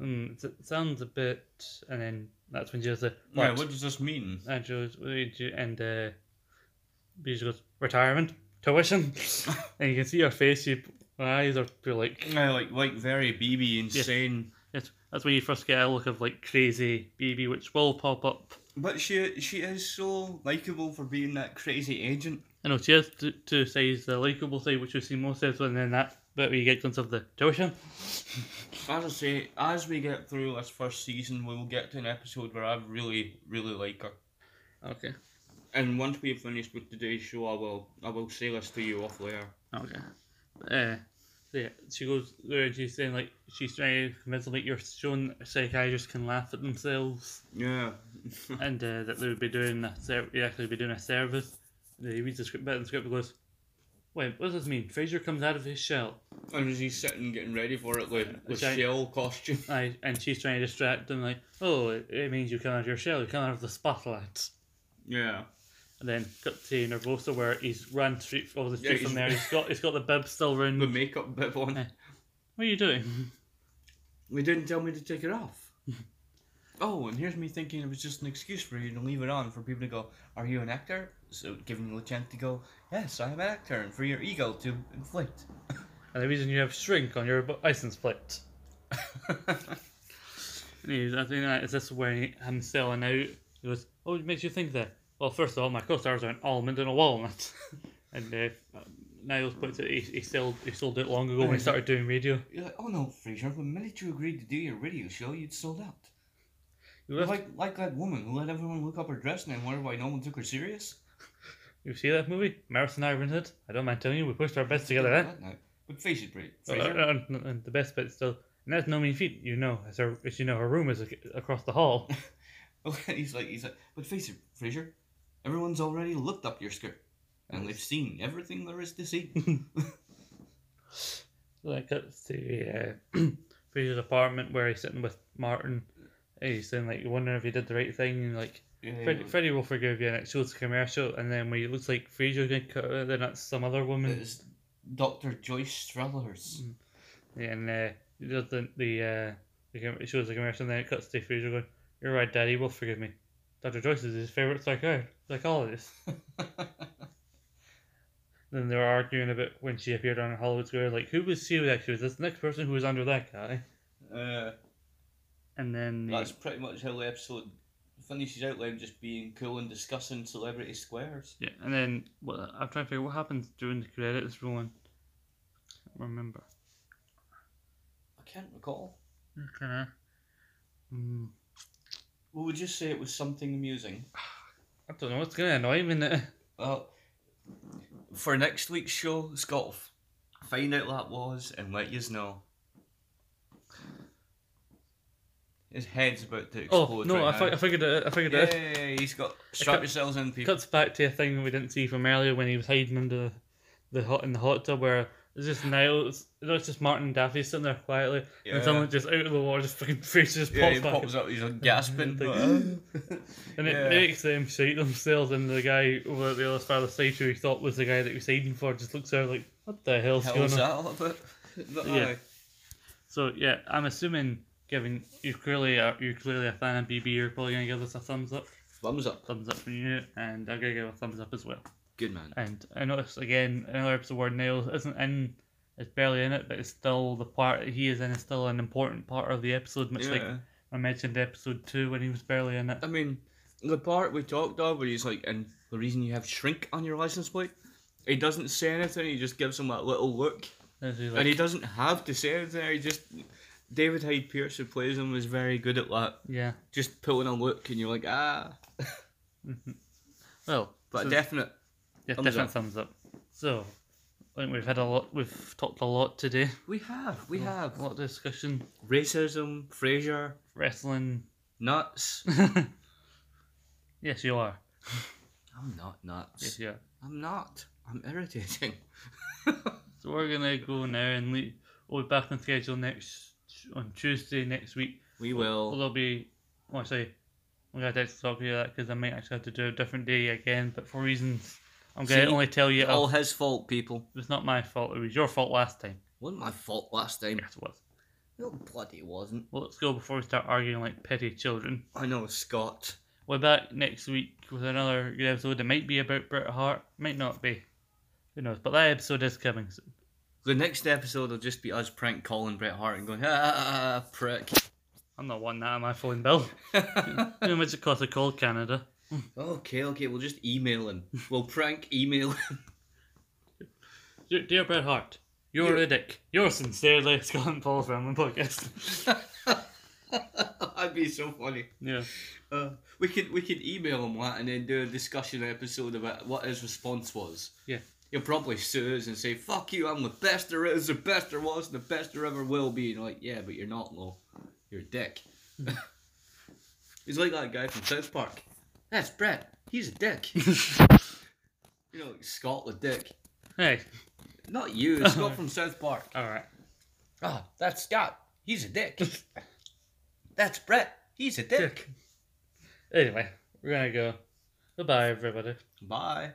Speaker 1: mm, it's- it sounds a bit, and then that's when she goes, "What?"
Speaker 2: Yeah, what does this mean?
Speaker 1: And she goes, "What did you-" and uh, Fraser goes, "Retirement, tuition," and you can see her face. She, her eyes are pure like
Speaker 2: Yeah, like like very BB insane.
Speaker 1: it's, that's when you first get a look of like crazy BB, which will pop up.
Speaker 2: But she she is so likable for being that crazy agent.
Speaker 1: I know she has two, two sides, the likable side, which we see most of, and then that bit where you get glimpse of the tuition.
Speaker 2: As I say, as we get through this first season, we will get to an episode where I really, really like her.
Speaker 1: Okay.
Speaker 2: And once we've finished with today's show, I will, I will say this to you off later.
Speaker 1: Okay. Uh, so yeah, she goes there and she's saying like she's trying to convince them like you're showing that psychiatrists can laugh at [LAUGHS] themselves
Speaker 2: Yeah.
Speaker 1: and uh, that they would be doing a ser- they actually be doing a service. And he reads the script bit and the script goes, Wait, what does this mean? Fraser comes out of his shell.
Speaker 2: And as he's sitting getting ready for it with the
Speaker 1: Which I-
Speaker 2: shell costume. [LAUGHS]
Speaker 1: I, and she's trying to distract him, like, oh, it, it means you come out of your shell, you come out of the spotlight.
Speaker 2: Yeah.
Speaker 1: And then cut to Nervosa where he's run straight over the street
Speaker 2: Yeah,
Speaker 1: from there.
Speaker 2: he's-
Speaker 1: He's got he's got the bib still round.
Speaker 2: The makeup bit on.
Speaker 1: Eh. What are you doing? [LAUGHS]
Speaker 2: They didn't tell me to take
Speaker 5: [LAUGHS]
Speaker 2: it off. oh, and here's me thinking it was just an excuse for you to leave it on for people to go,
Speaker 5: Are you an actor? So giving you a chance to go, yes, I am an actor, and for your ego to inflate. [LAUGHS]
Speaker 1: And the reason you have shrink on your bu- license plate. Anyways, I think that is this where he, him selling out. He goes, "Oh, it makes you think that." Well, first of all, my co-stars are an almond and a walnut. [LAUGHS] and uh, Niles puts it. He, he sold he sold it long ago when he started doing radio.
Speaker 5: You're like, oh no, Fraser, the minute you agreed to do your radio show, you'd sold out.
Speaker 1: You
Speaker 5: You're
Speaker 1: left-
Speaker 5: like like that woman who let everyone look up her dress and then wonder why no one took her serious.
Speaker 1: You see that movie, Marathon Iron Hood? I don't mind telling you, we pushed our best together then.
Speaker 5: That night. But face it, Bra-
Speaker 1: Uh,
Speaker 5: Fraser. [LAUGHS]
Speaker 1: and- and- and the best bit still, and that's no mean feat. You know, as, her, as you know, her room is ac- across the hall.
Speaker 5: he's like, he's like, but face it, Fraser. Everyone's already looked up your skirt, and they've seen everything there is to
Speaker 1: [LAUGHS]
Speaker 5: see.
Speaker 1: So that cuts to uh, [CLEARS THROAT] Fraser's apartment where he's sitting with Martin. And he's saying like, "You're wondering if you did the right thing." And like, Fred, Freddie will forgive you. And it shows the commercial, and then when it looks like Fraser's gonna cut her, then that's some other woman.
Speaker 5: It's Doctor Joyce Strellers.
Speaker 1: And uh, it does the the, uh, the com- it shows the commercial, and then it cuts to Fraser going, "You're right, Daddy. Will forgive me." Doctor Joyce is his favorite psycho psychologist. Then they were arguing about when she appeared on Hollywood Square, like who was she actually? Was this the next person who was under that guy?
Speaker 2: [LAUGHS] uh,
Speaker 1: And then the-
Speaker 2: That's pretty much how the episode finishes out, like just being cool and discussing celebrity squares.
Speaker 1: yeah, and then what? I'm trying to figure what happens during the credits rolling. Can't remember.
Speaker 2: I can't recall.
Speaker 1: Okay. Mm,
Speaker 2: Well, we just say it was something amusing.
Speaker 1: I don't know. It's gonna annoy me. Now.
Speaker 2: Well, for next week's show, Scott, find out what that was and let yous know. His head's about to
Speaker 1: Oh
Speaker 2: explode.
Speaker 1: no! I,
Speaker 2: right
Speaker 1: fi- I
Speaker 2: now.
Speaker 1: figured it. I figured it.
Speaker 2: yeah, yeah, yeah, he's got strap
Speaker 1: cut-
Speaker 2: yourselves in,
Speaker 1: It
Speaker 2: people.
Speaker 1: cuts back to a thing we didn't see from earlier when he was hiding under the hot in the hot tub where it's just Niles. No, it's just Martin and Daffy sitting there quietly,
Speaker 2: Yeah.
Speaker 1: and someone just out of the water, just fucking [LAUGHS] Fraser just pops
Speaker 2: yeah, he
Speaker 1: back.
Speaker 2: pops up. He's like gasping.
Speaker 1: [LAUGHS]
Speaker 2: [LAUGHS]
Speaker 1: And it
Speaker 2: Yeah.
Speaker 1: makes them shite themselves, and the guy over at the other side of the side who he thought was the guy that he was hiding for just looks at her like, what the hell's
Speaker 2: Hell's
Speaker 1: going on?
Speaker 2: that all about? But,
Speaker 1: Yeah.
Speaker 2: aye.
Speaker 1: So, yeah, I'm assuming, given you're clearly a, you're clearly a fan of BB, you're probably going to give this a thumbs up.
Speaker 2: Thumbs up.
Speaker 1: Thumbs up from you, and I'm going to give a thumbs up as well.
Speaker 2: Good man.
Speaker 1: And I noticed, again, another episode where Niles isn't in, is barely in it, but it's still the part that he is in is still an important part of the episode, much like
Speaker 2: Yeah.
Speaker 1: I mentioned episode 2 when he was barely in it.
Speaker 2: I mean, the part we talked of where he's like, and the reason you have shrink on your license plate, he doesn't say anything, he just gives him that little look.
Speaker 1: And he's
Speaker 2: and he
Speaker 1: like,
Speaker 2: doesn't have to say anything, he just. David Hyde Pierce, who plays him, is very good at that.
Speaker 1: yeah.
Speaker 2: Just pulling a look, and you're like, ah.
Speaker 1: Well,
Speaker 2: But
Speaker 1: so-
Speaker 2: definite.
Speaker 1: Yeah,
Speaker 2: Thumbs
Speaker 1: definite
Speaker 2: up.
Speaker 1: thumbs up. So, I think we've had a lot. We've talked a lot today.
Speaker 2: We have, we have.
Speaker 1: A lot of discussion,
Speaker 2: Racism, Frasier,
Speaker 1: wrestling.
Speaker 2: nuts.
Speaker 1: [LAUGHS] yes, you are.
Speaker 2: I'm not nuts.
Speaker 1: Yes, you are.
Speaker 2: I'm not. I'm irritating.
Speaker 1: So we're gonna go now and leave. We'll be back on schedule next on Tuesday next week.
Speaker 2: We will.
Speaker 1: Well, there'll be. Oh, I say, I'm gonna have to talk to you that because I might actually have to do a different day again, but for reasons I'm gonna
Speaker 2: See,
Speaker 1: only tell you.
Speaker 2: All
Speaker 1: I'll-
Speaker 2: his fault, people.
Speaker 1: It's not my fault. It was your fault last time.
Speaker 2: Wasn't my fault last time.
Speaker 1: Yes, it was.
Speaker 2: No, bloody wasn't.
Speaker 1: Well, let's go before we start arguing like petty children.
Speaker 2: I know Scott.
Speaker 1: We're back next week with another good episode. It might be about Bret Hart, might not be. Who knows? But that episode is coming soon.
Speaker 2: The next episode will just be us prank calling Bret Hart and going, ah, prick.
Speaker 1: I'm not wanting that on my phone bill. How much it cost to call Canada?
Speaker 2: [LAUGHS] okay, okay, we'll just email him. We'll prank email him. [LAUGHS]
Speaker 1: Dear, dear Bret Hart, you're, a dick. You're sincerely [LAUGHS] Scott and Paul from the podcast.
Speaker 2: That'd be so funny.
Speaker 1: yeah.
Speaker 2: Uh, we could we could email him that and then do a discussion episode about what his response was.
Speaker 1: Yeah.
Speaker 2: He'll probably sue us and say, "Fuck you! I'm the best there is, the best there was, and the best there ever will be." And you're like, yeah, but you're not, though. You're a dick. Hmm. [LAUGHS] He's like that guy from South [LAUGHS] Park. That's Brett. He's a dick. you know, like Scott the dick.
Speaker 1: Hey,
Speaker 2: Not you, Scott from South Park.
Speaker 1: all right.
Speaker 2: Ah, that's Scott. He's a dick. [LAUGHS] that's Brett. He's a dick.
Speaker 1: Anyway, we're gonna go. Goodbye, everybody.
Speaker 2: Bye.